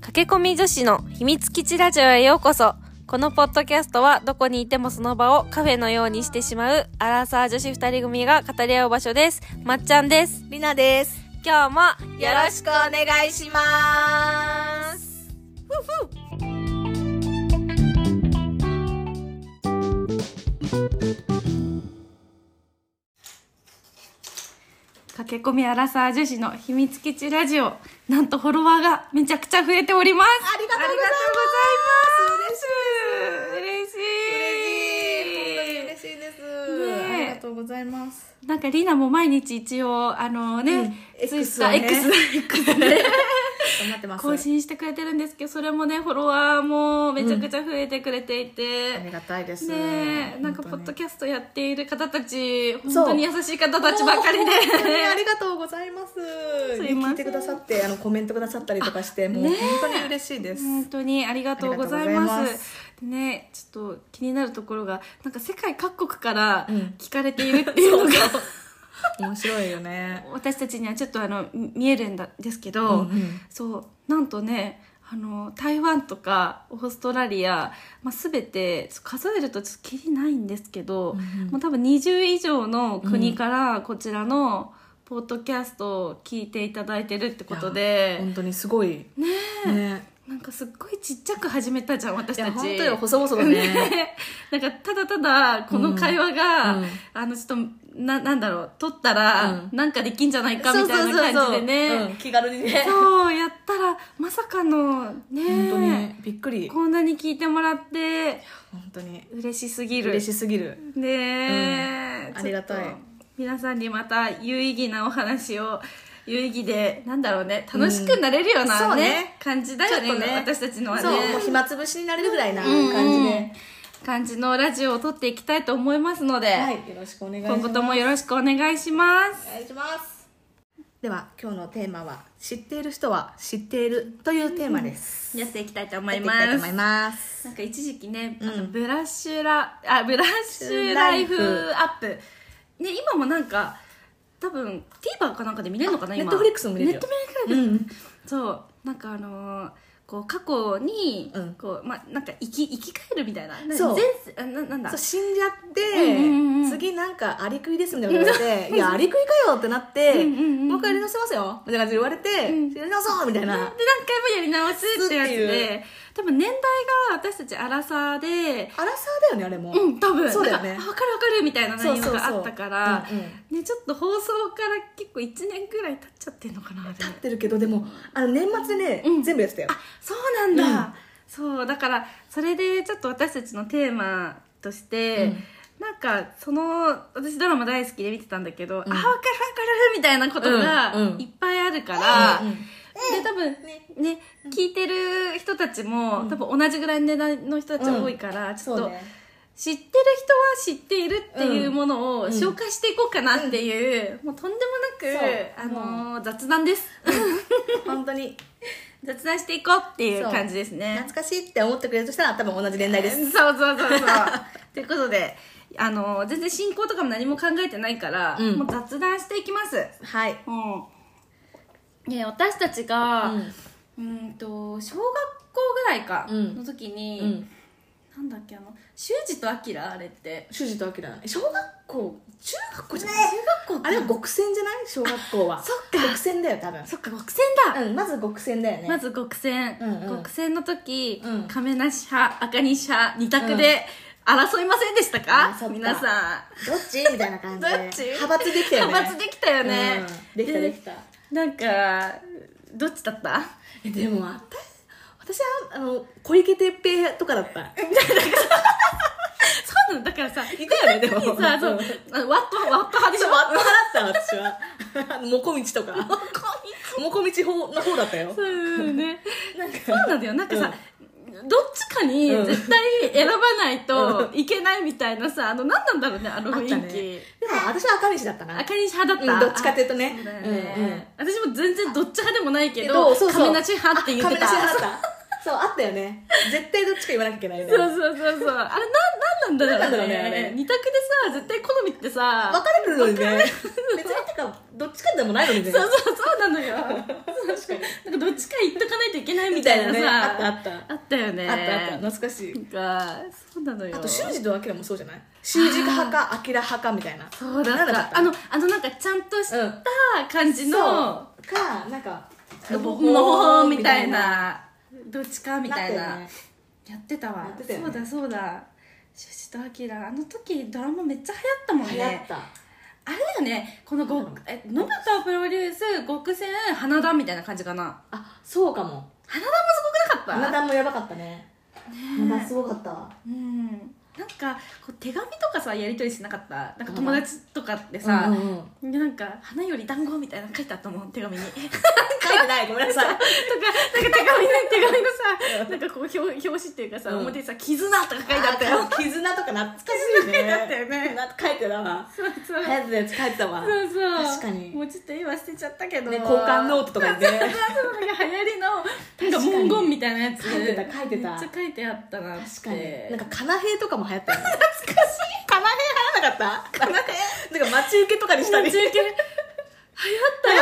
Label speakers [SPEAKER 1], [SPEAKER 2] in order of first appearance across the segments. [SPEAKER 1] 駆け込み女子の秘密基地ラジオへようこそこのポッドキャストはどこにいてもその場をカフェのようにしてしまうアラサー女子二人組が語り合う場所ですまっちゃんです
[SPEAKER 2] りなです。
[SPEAKER 1] 今日もよろしく
[SPEAKER 2] しくお願いします。
[SPEAKER 1] 駆け込みアラサー女子の秘密基地ラジオなんとフォロワーがめちゃくちゃ増えております
[SPEAKER 2] ありがとうござい
[SPEAKER 1] あり
[SPEAKER 2] ます
[SPEAKER 1] がとうございます嬉しい
[SPEAKER 2] 嬉しいで
[SPEAKER 1] ね
[SPEAKER 2] す。
[SPEAKER 1] え
[SPEAKER 2] ありがとうございます。
[SPEAKER 1] なんかリナも毎日一応あのね、
[SPEAKER 2] うん
[SPEAKER 1] ツイッ
[SPEAKER 2] X
[SPEAKER 1] タ
[SPEAKER 2] を
[SPEAKER 1] ー
[SPEAKER 2] ね
[SPEAKER 1] X, だ X だね
[SPEAKER 2] 頑張ってます。
[SPEAKER 1] 更新してくれてるんですけどそれもねフォロワーもめちゃくちゃ増えてくれていて、
[SPEAKER 2] ありがたいです。
[SPEAKER 1] ねえなんかポ
[SPEAKER 2] 本
[SPEAKER 1] ッ
[SPEAKER 2] 当
[SPEAKER 1] ド
[SPEAKER 2] に
[SPEAKER 1] キャストやっている方たち本
[SPEAKER 2] そう
[SPEAKER 1] 当に優しい方たちばかりで
[SPEAKER 2] 本当にありがとうございます。
[SPEAKER 1] すいません
[SPEAKER 2] 聞いてくださって、あのコメントくださったりとかして、もう
[SPEAKER 1] ね
[SPEAKER 2] 本
[SPEAKER 1] え
[SPEAKER 2] 当に嬉しいです。
[SPEAKER 1] 本当にありがとうございます
[SPEAKER 2] ありがとうございます
[SPEAKER 1] でねちょっと気になるところがなんか世界各国から
[SPEAKER 2] うん
[SPEAKER 1] 聞かれているっていうのが、
[SPEAKER 2] 面白いよね。
[SPEAKER 1] 私たちにはちょっとあのみ見えるんだですけど、
[SPEAKER 2] うんうん
[SPEAKER 1] そうなんとねあの台湾とかオーストラリア、まあ、全てちょっと数えるとちょっときりないんですけど、
[SPEAKER 2] うんうん
[SPEAKER 1] もう多分20以上の国からこちらのポッドキャストを聞いていただいてるってことで、
[SPEAKER 2] 本当にすごい。ねえ。
[SPEAKER 1] なんかすっごいちっちゃく始めたじゃん私
[SPEAKER 2] いや
[SPEAKER 1] たち。
[SPEAKER 2] 本当よ細々だね。
[SPEAKER 1] なんかただただこの会話が、
[SPEAKER 2] うんうん
[SPEAKER 1] あのちょっとななんだろう撮ったら
[SPEAKER 2] うん
[SPEAKER 1] なんかできんじゃないかみたいな感じでね
[SPEAKER 2] そうそうそうそううん気軽にね
[SPEAKER 1] そうやったらまさかの
[SPEAKER 2] 本当
[SPEAKER 1] ね
[SPEAKER 2] にびっくり
[SPEAKER 1] こんなに聞いてもらって
[SPEAKER 2] 本当に
[SPEAKER 1] 嬉しすぎる
[SPEAKER 2] 嬉しすぎる
[SPEAKER 1] ねえ、
[SPEAKER 2] うんありがたい
[SPEAKER 1] ちょっと皆さんにまた有意義なお話を有意義でなんだろうね楽しくなれるよう
[SPEAKER 2] うん
[SPEAKER 1] な、
[SPEAKER 2] そう
[SPEAKER 1] ね
[SPEAKER 2] ね
[SPEAKER 1] 感じだよね
[SPEAKER 2] ちょっとね
[SPEAKER 1] 私たちのはね
[SPEAKER 2] そうもう暇つぶしになれるぐらいな
[SPEAKER 1] うん
[SPEAKER 2] 感じで
[SPEAKER 1] 感じのラジオを撮っていきたいと思いますので、
[SPEAKER 2] はいよろしくお願いします
[SPEAKER 1] 今後ともよろしくお願いします
[SPEAKER 2] お願いしますでは今日のテーマは知っている人は知っているというテーマです
[SPEAKER 1] やっていきたいと思
[SPEAKER 2] や
[SPEAKER 1] い
[SPEAKER 2] っていき
[SPEAKER 1] ま
[SPEAKER 2] たいと
[SPEAKER 1] す
[SPEAKER 2] 思います
[SPEAKER 1] なんか一時期ね、あ
[SPEAKER 2] う
[SPEAKER 1] の
[SPEAKER 2] ん
[SPEAKER 1] ブラッシュラあブラッシュライフアップね今もなんか多分 TVer かなんかで見れるのかな
[SPEAKER 2] あ
[SPEAKER 1] 今
[SPEAKER 2] Netflix も見
[SPEAKER 1] ネ
[SPEAKER 2] れる
[SPEAKER 1] ッ
[SPEAKER 2] よ
[SPEAKER 1] ト見
[SPEAKER 2] う
[SPEAKER 1] れる
[SPEAKER 2] ん
[SPEAKER 1] そうなんかあのーこう過去に、
[SPEAKER 2] うん
[SPEAKER 1] こうまあなんか生き生き返るみたいな
[SPEAKER 2] そう
[SPEAKER 1] 前世あななんだ
[SPEAKER 2] そう死んじゃって、
[SPEAKER 1] うんうんうん
[SPEAKER 2] 次なんかアリクイですみたいなこと 言われて「いやアリクイかよ」ってなって「
[SPEAKER 1] うんうんうん
[SPEAKER 2] もう一回やり直せますよ」みたいな感じで言われて「
[SPEAKER 1] うん
[SPEAKER 2] やり直そう」みたいな
[SPEAKER 1] で何回もやり直すってやつ
[SPEAKER 2] って
[SPEAKER 1] で
[SPEAKER 2] い
[SPEAKER 1] 多分年代が私たちアラサーで
[SPEAKER 2] アラサーだよねあれも、
[SPEAKER 1] うん多分
[SPEAKER 2] そうだよね
[SPEAKER 1] なんかあ分かる分かるみたいな内容があったから
[SPEAKER 2] そうそうそううん
[SPEAKER 1] ねちょっと放送から結構1年ぐらい経っちゃってんのかなあれ
[SPEAKER 2] 立ってるけどでもあの年末でね、
[SPEAKER 1] うん
[SPEAKER 2] 全部やってたよ
[SPEAKER 1] あそうなんだ、
[SPEAKER 2] うん
[SPEAKER 1] そうだからそれでちょっと私たちのテーマとして、
[SPEAKER 2] うん
[SPEAKER 1] なんかその私ドラマ大好きで見てたんだけど、あ分
[SPEAKER 2] ん
[SPEAKER 1] かる分かるみたいなこと
[SPEAKER 2] うん
[SPEAKER 1] が
[SPEAKER 2] うん
[SPEAKER 1] いっぱいあるから、
[SPEAKER 2] うんうん
[SPEAKER 1] で多分
[SPEAKER 2] ね
[SPEAKER 1] ね聞いてる人たちも、多分同じぐらいの値段の人たち多いから、ちょっ
[SPEAKER 2] そう
[SPEAKER 1] と、
[SPEAKER 2] ね
[SPEAKER 1] 知ってる人は知っているっていうものを
[SPEAKER 2] うん
[SPEAKER 1] 紹介していこうかなっていう、もうとんで
[SPEAKER 2] そう
[SPEAKER 1] もなく、あのー雑談 です
[SPEAKER 2] 本当に
[SPEAKER 1] 雑談していこうっていう感じですね
[SPEAKER 2] 懐かしいって思ってくれるとしたら多分同じ年代です、
[SPEAKER 1] そうそうそうそう ということであの全然進行とかも何も考えてないから、
[SPEAKER 2] うん
[SPEAKER 1] もう雑談していきます
[SPEAKER 2] はい、
[SPEAKER 1] もうね私たちがうんと小学校ぐらいか
[SPEAKER 2] うん
[SPEAKER 1] の時
[SPEAKER 2] う
[SPEAKER 1] に、
[SPEAKER 2] ん、
[SPEAKER 1] なんだっけあの修二と明あれって
[SPEAKER 2] 主人と明だね小学校中学校じゃない、
[SPEAKER 1] 中学校
[SPEAKER 2] あれは極戦じゃない小学校は
[SPEAKER 1] そっか
[SPEAKER 2] 極戦だよ多分
[SPEAKER 1] そっか極戦だ、
[SPEAKER 2] うんまず極戦だよね
[SPEAKER 1] まず極戦、
[SPEAKER 2] うんうん
[SPEAKER 1] 極戦の時、
[SPEAKER 2] うん
[SPEAKER 1] 亀梨派赤西派二択で争いませんでしたか、
[SPEAKER 2] 争った
[SPEAKER 1] 皆さん
[SPEAKER 2] どっちみたいな感じで
[SPEAKER 1] どっち
[SPEAKER 2] 派閥できたよね
[SPEAKER 1] 派閥できたよね、
[SPEAKER 2] うんできたできた
[SPEAKER 1] なんかどっちだった
[SPEAKER 2] えでも私私はあの小池徹平とかだった
[SPEAKER 1] そうなのだ からさ
[SPEAKER 2] いたよねでも
[SPEAKER 1] さそうあ
[SPEAKER 2] う
[SPEAKER 1] の
[SPEAKER 2] ん
[SPEAKER 1] ワットワット派でし
[SPEAKER 2] 私
[SPEAKER 1] ょ
[SPEAKER 2] はワッパだった私は もこみちとか
[SPEAKER 1] ここに
[SPEAKER 2] もこみち方の方だったよ
[SPEAKER 1] そうね
[SPEAKER 2] なんか
[SPEAKER 1] そうなんだよなんかさ、どっちかに
[SPEAKER 2] うん
[SPEAKER 1] 絶対選ばないといけないみたいなさ、あの何なんだろうねあの
[SPEAKER 2] あ
[SPEAKER 1] 雰
[SPEAKER 2] っ
[SPEAKER 1] 囲
[SPEAKER 2] たね
[SPEAKER 1] 気、
[SPEAKER 2] でも私は赤西だったな
[SPEAKER 1] 赤西派だった、
[SPEAKER 2] うんどっちかっていうとね
[SPEAKER 1] あそうだよ
[SPEAKER 2] うんうん
[SPEAKER 1] ね私も全然どっち派でもないけ
[SPEAKER 2] け
[SPEAKER 1] ど
[SPEAKER 2] どそうそう
[SPEAKER 1] 亀梨派って言ってた
[SPEAKER 2] あ亀梨派だったそうあったよね絶対どっちか言わなきゃいけないよね
[SPEAKER 1] そうそうそうそうあれなんなんなんだろう
[SPEAKER 2] なんなんだろうねあれ
[SPEAKER 1] ね二択でさ絶対好みってさ
[SPEAKER 2] 分かれるのにね別にてかどっちかでもないのにね
[SPEAKER 1] そうそうそうなのよ確かにかどっちか言っとかないといけないみ
[SPEAKER 2] み
[SPEAKER 1] た
[SPEAKER 2] た
[SPEAKER 1] いな
[SPEAKER 2] いな
[SPEAKER 1] さ、
[SPEAKER 2] ね あったあった
[SPEAKER 1] あったよね
[SPEAKER 2] あったあった懐かしい
[SPEAKER 1] なんかそうなのよ
[SPEAKER 2] あと修二と明もそうじゃない修二派か明派かみたいな
[SPEAKER 1] そうだ
[SPEAKER 2] な
[SPEAKER 1] っ
[SPEAKER 2] ん
[SPEAKER 1] た
[SPEAKER 2] あ
[SPEAKER 1] あ
[SPEAKER 2] の
[SPEAKER 1] のあのなんかちゃんとし
[SPEAKER 2] うん
[SPEAKER 1] た感じの、
[SPEAKER 2] そうかなんか
[SPEAKER 1] のぼもうみたいなどっちかみたいな
[SPEAKER 2] なって
[SPEAKER 1] やってたわ
[SPEAKER 2] やってたよね
[SPEAKER 1] そうだそうだシュシとアキラあの時ドラマめっちゃ流行ったもん
[SPEAKER 2] 流行っ
[SPEAKER 1] ね
[SPEAKER 2] た
[SPEAKER 1] あれだよねこのご、
[SPEAKER 2] うん
[SPEAKER 1] え野方プロデュース極戦花田みたいな感じかな
[SPEAKER 2] あそうかも
[SPEAKER 1] 花田もすごくなか
[SPEAKER 2] 花
[SPEAKER 1] った
[SPEAKER 2] 田もやばかったね花田すごかったわ
[SPEAKER 1] うんなんかこう手紙とかさやり取りしなかったなんか友達とかってさ、
[SPEAKER 2] うんうんうん
[SPEAKER 1] でなんか「花より団子」みたいなの書いてあったもん手 紙にとかなんか
[SPEAKER 2] 書いてないごめんなさい
[SPEAKER 1] 手紙の手紙のさ
[SPEAKER 2] うん
[SPEAKER 1] なんかこう表表紙っていうかさ、
[SPEAKER 2] うん
[SPEAKER 1] 表にさ「絆」とか書いてあったよ
[SPEAKER 2] あ絆とか懐かしいね
[SPEAKER 1] 絆書 いてあったよね
[SPEAKER 2] な書いてたわ
[SPEAKER 1] そうそう
[SPEAKER 2] 流行ってたやつ書いてたわね
[SPEAKER 1] そうそう
[SPEAKER 2] 確かに
[SPEAKER 1] もうちょっと今捨てちゃったけど、
[SPEAKER 2] 交換ノートとかでね
[SPEAKER 1] そうなんか流行りの
[SPEAKER 2] 確
[SPEAKER 1] な
[SPEAKER 2] か
[SPEAKER 1] ん
[SPEAKER 2] に
[SPEAKER 1] か文言みたいなやつ
[SPEAKER 2] 書いてた書いてた
[SPEAKER 1] めっちゃ書いてあったなって
[SPEAKER 2] 確かになんかかなへいとかも流行ったよね
[SPEAKER 1] 懐かしいかな
[SPEAKER 2] 流行らなかったかなへいなんか待ち受けとかにしたり
[SPEAKER 1] 待ち受け流行っ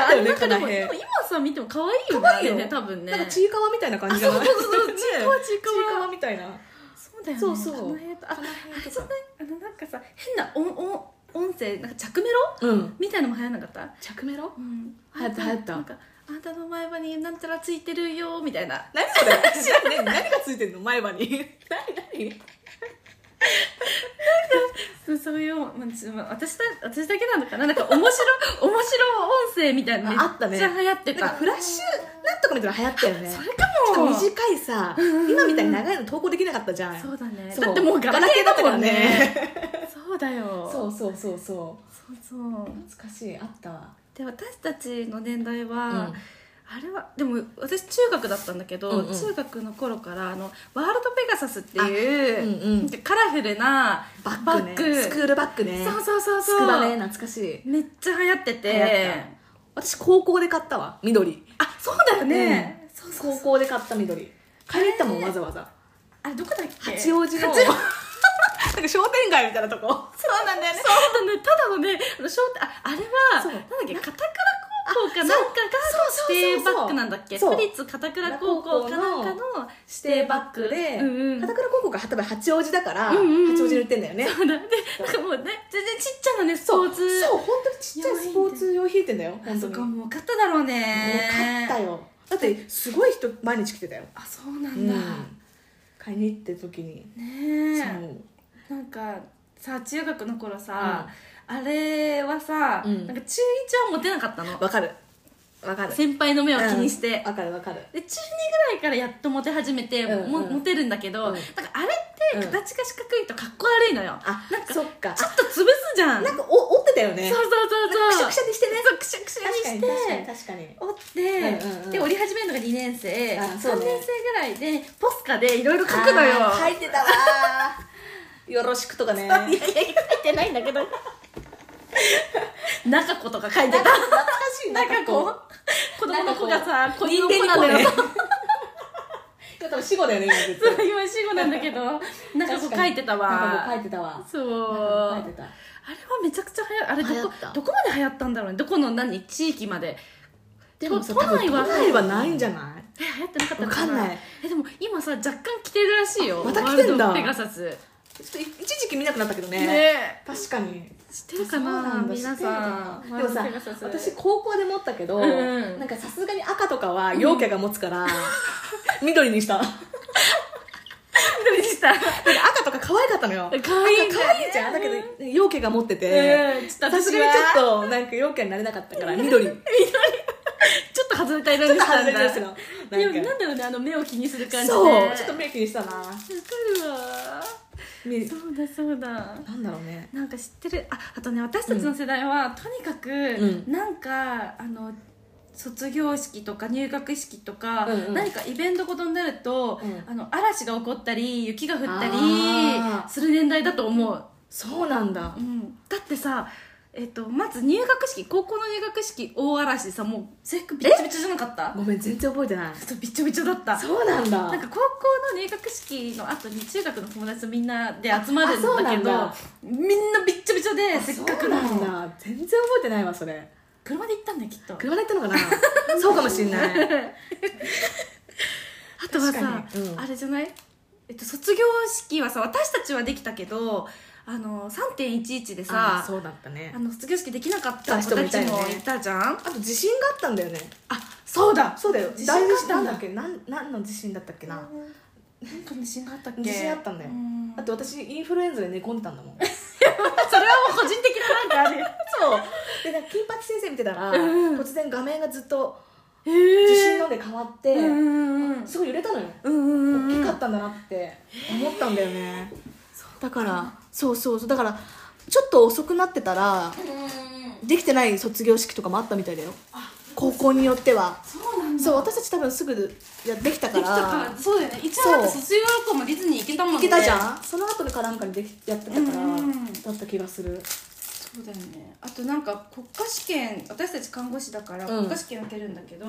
[SPEAKER 1] たよ
[SPEAKER 2] 流行った
[SPEAKER 1] あれなんかでも
[SPEAKER 2] よねカナヘ
[SPEAKER 1] でも今さ見ても可愛いよね
[SPEAKER 2] 可愛いよ
[SPEAKER 1] あれね多分ね
[SPEAKER 2] なんかちいかわみたいな感じじゃない
[SPEAKER 1] あそうそうそう
[SPEAKER 2] ね
[SPEAKER 1] ちいかわちいかわ
[SPEAKER 2] ちいかわみたいな
[SPEAKER 1] そうだよね
[SPEAKER 2] そうそう
[SPEAKER 1] カナヘとああ
[SPEAKER 2] カナヘとか
[SPEAKER 1] じゃないあのなんかさ変な音音音声なんか着メロ
[SPEAKER 2] うん
[SPEAKER 1] みたいのも流行らなかった
[SPEAKER 2] 着メロ
[SPEAKER 1] うん
[SPEAKER 2] 流行った流行った
[SPEAKER 1] なんかあんたの前歯になんたらついてるよみたいな
[SPEAKER 2] 何それ知らない何がついてんの前歯に何何
[SPEAKER 1] そうそういう、まあちょまあ私だ私だけなのかななんか 面白面白音声みたいなの
[SPEAKER 2] ああったね
[SPEAKER 1] めっちゃ流行って
[SPEAKER 2] なん
[SPEAKER 1] た
[SPEAKER 2] かフラッシュなんとかみたいなの流行ったよね
[SPEAKER 1] それ
[SPEAKER 2] し
[SPEAKER 1] か
[SPEAKER 2] か
[SPEAKER 1] も
[SPEAKER 2] も短いさ今みたいに長いの投稿できなかったじゃん
[SPEAKER 1] そうだね
[SPEAKER 2] そう
[SPEAKER 1] だってもうガラケーだもんね
[SPEAKER 2] ガラケ
[SPEAKER 1] そうだよ
[SPEAKER 2] そうそうそうそ
[SPEAKER 1] そうそう
[SPEAKER 2] う懐かしいあったわ
[SPEAKER 1] で私たちの年代は、
[SPEAKER 2] うん
[SPEAKER 1] あれはでも私中学だったんだけど、
[SPEAKER 2] うんうん
[SPEAKER 1] 中学の頃からあのワールドペガサスっていう、
[SPEAKER 2] あうんうん
[SPEAKER 1] カラフルな
[SPEAKER 2] バッグねスクールバッグね
[SPEAKER 1] そうそうそう
[SPEAKER 2] ス
[SPEAKER 1] そ
[SPEAKER 2] ク
[SPEAKER 1] う
[SPEAKER 2] バね懐かしい
[SPEAKER 1] めっちゃ流行って
[SPEAKER 2] 流行ってた私高校で買ったわ緑
[SPEAKER 1] あそうだよね、そうそう
[SPEAKER 2] 高校で買った緑買いに行ったもんわざわざ
[SPEAKER 1] あれどこだっけ
[SPEAKER 2] 八王子のなん
[SPEAKER 1] 八王子
[SPEAKER 2] か商店街みたいなとこ
[SPEAKER 1] そうなんだよねそうだねただのねあのショートああれは
[SPEAKER 2] そ
[SPEAKER 1] な
[SPEAKER 2] う
[SPEAKER 1] だ
[SPEAKER 2] ん
[SPEAKER 1] っけ片倉高校か
[SPEAKER 2] あ
[SPEAKER 1] なんか
[SPEAKER 2] そう
[SPEAKER 1] が指定バッグなんだっけ
[SPEAKER 2] そう
[SPEAKER 1] 都立片倉高校かなんかの指定バッグ
[SPEAKER 2] で、
[SPEAKER 1] うんうん、
[SPEAKER 2] 片倉高校が多分八王子だから、
[SPEAKER 1] うんうんうん
[SPEAKER 2] 八王子に売ってんだよね
[SPEAKER 1] そうだねなんかもうね全然ちっちゃなねスポーツ
[SPEAKER 2] そう本当にちっちゃいスポーツ用品店だよ
[SPEAKER 1] あ
[SPEAKER 2] 本当
[SPEAKER 1] そっ
[SPEAKER 2] に
[SPEAKER 1] か
[SPEAKER 2] もう
[SPEAKER 1] もう買っただろうね
[SPEAKER 2] 買ったよだってすごい人毎日来てたよ、
[SPEAKER 1] あそうな
[SPEAKER 2] うん
[SPEAKER 1] だ、
[SPEAKER 2] 買いに行って時に、
[SPEAKER 1] ねえ
[SPEAKER 2] そう
[SPEAKER 1] なんかさ中学の頃さ、あれはさ、
[SPEAKER 2] うん
[SPEAKER 1] なんか中1はモテなかったの
[SPEAKER 2] わかるわかる
[SPEAKER 1] 先輩の目を気にして、
[SPEAKER 2] わかるわかる
[SPEAKER 1] で中2ぐらいからやっとモテ始めて、
[SPEAKER 2] うんうん
[SPEAKER 1] もモテるんだけど、
[SPEAKER 2] うん
[SPEAKER 1] なんかあれって形が四角いとかっこ悪いのよ、
[SPEAKER 2] あ
[SPEAKER 1] なんか
[SPEAKER 2] そっか
[SPEAKER 1] ちょっと潰すじゃん
[SPEAKER 2] なんかお折ってたよね
[SPEAKER 1] そうそうそうそう
[SPEAKER 2] くしゃくしゃにしてね
[SPEAKER 1] そうくしゃくしゃにして
[SPEAKER 2] 確かに
[SPEAKER 1] 折って、
[SPEAKER 2] うんうんうん
[SPEAKER 1] で折り始めるのが2年生、
[SPEAKER 2] あそ
[SPEAKER 1] 3
[SPEAKER 2] うね
[SPEAKER 1] 年生ぐらいでポスカでいろいろ書くのよ
[SPEAKER 2] あー書いてたわーよろしくとかね
[SPEAKER 1] いやいや書いてないんだけど中子とか書いてた
[SPEAKER 2] 懐かしい
[SPEAKER 1] 中子
[SPEAKER 2] こ
[SPEAKER 1] 子供の子がさ子
[SPEAKER 2] 人
[SPEAKER 1] 供の
[SPEAKER 2] 間
[SPEAKER 1] 子な
[SPEAKER 2] に
[SPEAKER 1] の
[SPEAKER 2] こうね
[SPEAKER 1] よ
[SPEAKER 2] いや多分死後だよね今 絶
[SPEAKER 1] そう
[SPEAKER 2] 対
[SPEAKER 1] 今死後なんだけど中子書いてた
[SPEAKER 2] なん
[SPEAKER 1] わ
[SPEAKER 2] かこう書いてたわ
[SPEAKER 1] そう
[SPEAKER 2] 書
[SPEAKER 1] あ
[SPEAKER 2] いて
[SPEAKER 1] れ
[SPEAKER 2] た
[SPEAKER 1] はめちゃくちゃ流行あれ
[SPEAKER 2] 流行
[SPEAKER 1] どこ
[SPEAKER 2] った
[SPEAKER 1] どこまで流行ったんだろうねどこの何地域まで
[SPEAKER 2] で
[SPEAKER 1] も
[SPEAKER 2] さ
[SPEAKER 1] 都内は
[SPEAKER 2] 多分都内はないんじゃない
[SPEAKER 1] え流行ってなかったの
[SPEAKER 2] わかんない
[SPEAKER 1] えでも今さ若干着てるらしいよ
[SPEAKER 2] また着てんだ
[SPEAKER 1] ワールドペガサス
[SPEAKER 2] ちょっと一時期見なくなったけどね
[SPEAKER 1] ね
[SPEAKER 2] 確かに
[SPEAKER 1] 知ってるかな
[SPEAKER 2] そうなんだ
[SPEAKER 1] 皆さん
[SPEAKER 2] 知ってる
[SPEAKER 1] ワールドペ
[SPEAKER 2] のかで
[SPEAKER 1] ガ
[SPEAKER 2] も
[SPEAKER 1] サ
[SPEAKER 2] さ
[SPEAKER 1] ス
[SPEAKER 2] 私高校で持ったけど、
[SPEAKER 1] うんうん
[SPEAKER 2] なんかさすがに赤とかは陽キャが持つから、緑にしたなんか
[SPEAKER 1] でした
[SPEAKER 2] 赤とか可愛かったのよ
[SPEAKER 1] 可愛いんだよね
[SPEAKER 2] 赤可愛いじゃんだけど陽キャが持ってて、
[SPEAKER 1] うんちょっと
[SPEAKER 2] さす
[SPEAKER 1] 私
[SPEAKER 2] がに
[SPEAKER 1] は
[SPEAKER 2] ちょっとなんか陽キャになれなかったか ら緑ちょっ
[SPEAKER 1] ちょっと外れた色に
[SPEAKER 2] と
[SPEAKER 1] したん
[SPEAKER 2] 外
[SPEAKER 1] だ
[SPEAKER 2] れてるの
[SPEAKER 1] でも
[SPEAKER 2] なん
[SPEAKER 1] なんだ
[SPEAKER 2] か
[SPEAKER 1] ろうねあの目を気にする感じで
[SPEAKER 2] そうちょっと
[SPEAKER 1] わ
[SPEAKER 2] 目気にしたな
[SPEAKER 1] かるわ
[SPEAKER 2] み
[SPEAKER 1] そうだそうだ
[SPEAKER 2] なんだろうね
[SPEAKER 1] なんか知ってるああとね私たちの世代は、とにかく、
[SPEAKER 2] う
[SPEAKER 1] なんかあの卒業式とか入学式とか、
[SPEAKER 2] うんうん
[SPEAKER 1] 何かイベントごとになると、
[SPEAKER 2] うん
[SPEAKER 1] あの嵐が起こったり雪が降ったり
[SPEAKER 2] あー
[SPEAKER 1] する年代だと思う、
[SPEAKER 2] そうなんだ
[SPEAKER 1] うん、だってさえっと、まず入学式高校の入学式大嵐さもう制服びっちょびちょじゃなかった
[SPEAKER 2] ごめん全然覚えてない
[SPEAKER 1] そうびっちょびちょだった
[SPEAKER 2] そうなんだ
[SPEAKER 1] なんか高校の入学式の後に中学の友達とみんなで集まるんだけど
[SPEAKER 2] あ
[SPEAKER 1] みんなびっちょびちょでせっかく
[SPEAKER 2] そう
[SPEAKER 1] の
[SPEAKER 2] なんだ全然覚えてないわそれ
[SPEAKER 1] 車で行ったんだよきっと
[SPEAKER 2] 車で行ったのか なそうかもしんない
[SPEAKER 1] あとは
[SPEAKER 2] 確か
[SPEAKER 1] さ、
[SPEAKER 2] にうん
[SPEAKER 1] あれじゃない、えっと、卒業式はさ私たちはできたけどあの3.11でさ
[SPEAKER 2] あーそうだったね
[SPEAKER 1] あの卒業式できなかった子
[SPEAKER 2] 人も
[SPEAKER 1] た
[SPEAKER 2] い
[SPEAKER 1] ち
[SPEAKER 2] たよね
[SPEAKER 1] もいたじゃん
[SPEAKER 2] あと地震があったんだよね
[SPEAKER 1] あそうだ
[SPEAKER 2] そうだよ
[SPEAKER 1] 地震があ
[SPEAKER 2] 大
[SPEAKER 1] ったんだ
[SPEAKER 2] 地震なんだっけなん何の地震だったっけな、
[SPEAKER 1] なんか地震があったっけ
[SPEAKER 2] 地震あったんだよ
[SPEAKER 1] うん
[SPEAKER 2] だって私インフルエンザで寝込んでたんだもん そう
[SPEAKER 1] それはもう個人的ななんかあれ
[SPEAKER 2] でなんか金八先生見てたら、
[SPEAKER 1] うん
[SPEAKER 2] 突然画面がずっと
[SPEAKER 1] へ
[SPEAKER 2] 地
[SPEAKER 1] え
[SPEAKER 2] 震ので変わって、
[SPEAKER 1] うんうんうん
[SPEAKER 2] すごい揺れたのよ、
[SPEAKER 1] うんうん
[SPEAKER 2] 大きかったんだなって思ったんだよね、だからそうそうそうだからちょっと遅くなってたらできてない卒業式とかもあったみたいだよ高校によっては
[SPEAKER 1] そうなんだ
[SPEAKER 2] そう私たち多分すぐやできたか
[SPEAKER 1] で
[SPEAKER 2] ら
[SPEAKER 1] きたからそうだよね一応
[SPEAKER 2] そう
[SPEAKER 1] だって卒業旅行もディズニー行けたもんね
[SPEAKER 2] いけたじゃんその後かなんかにできやってたから、
[SPEAKER 1] うん
[SPEAKER 2] だった気がする
[SPEAKER 1] そうだよねあとなんか国家試験私たち看護師だから
[SPEAKER 2] うん
[SPEAKER 1] 国家試験受けるんだけど、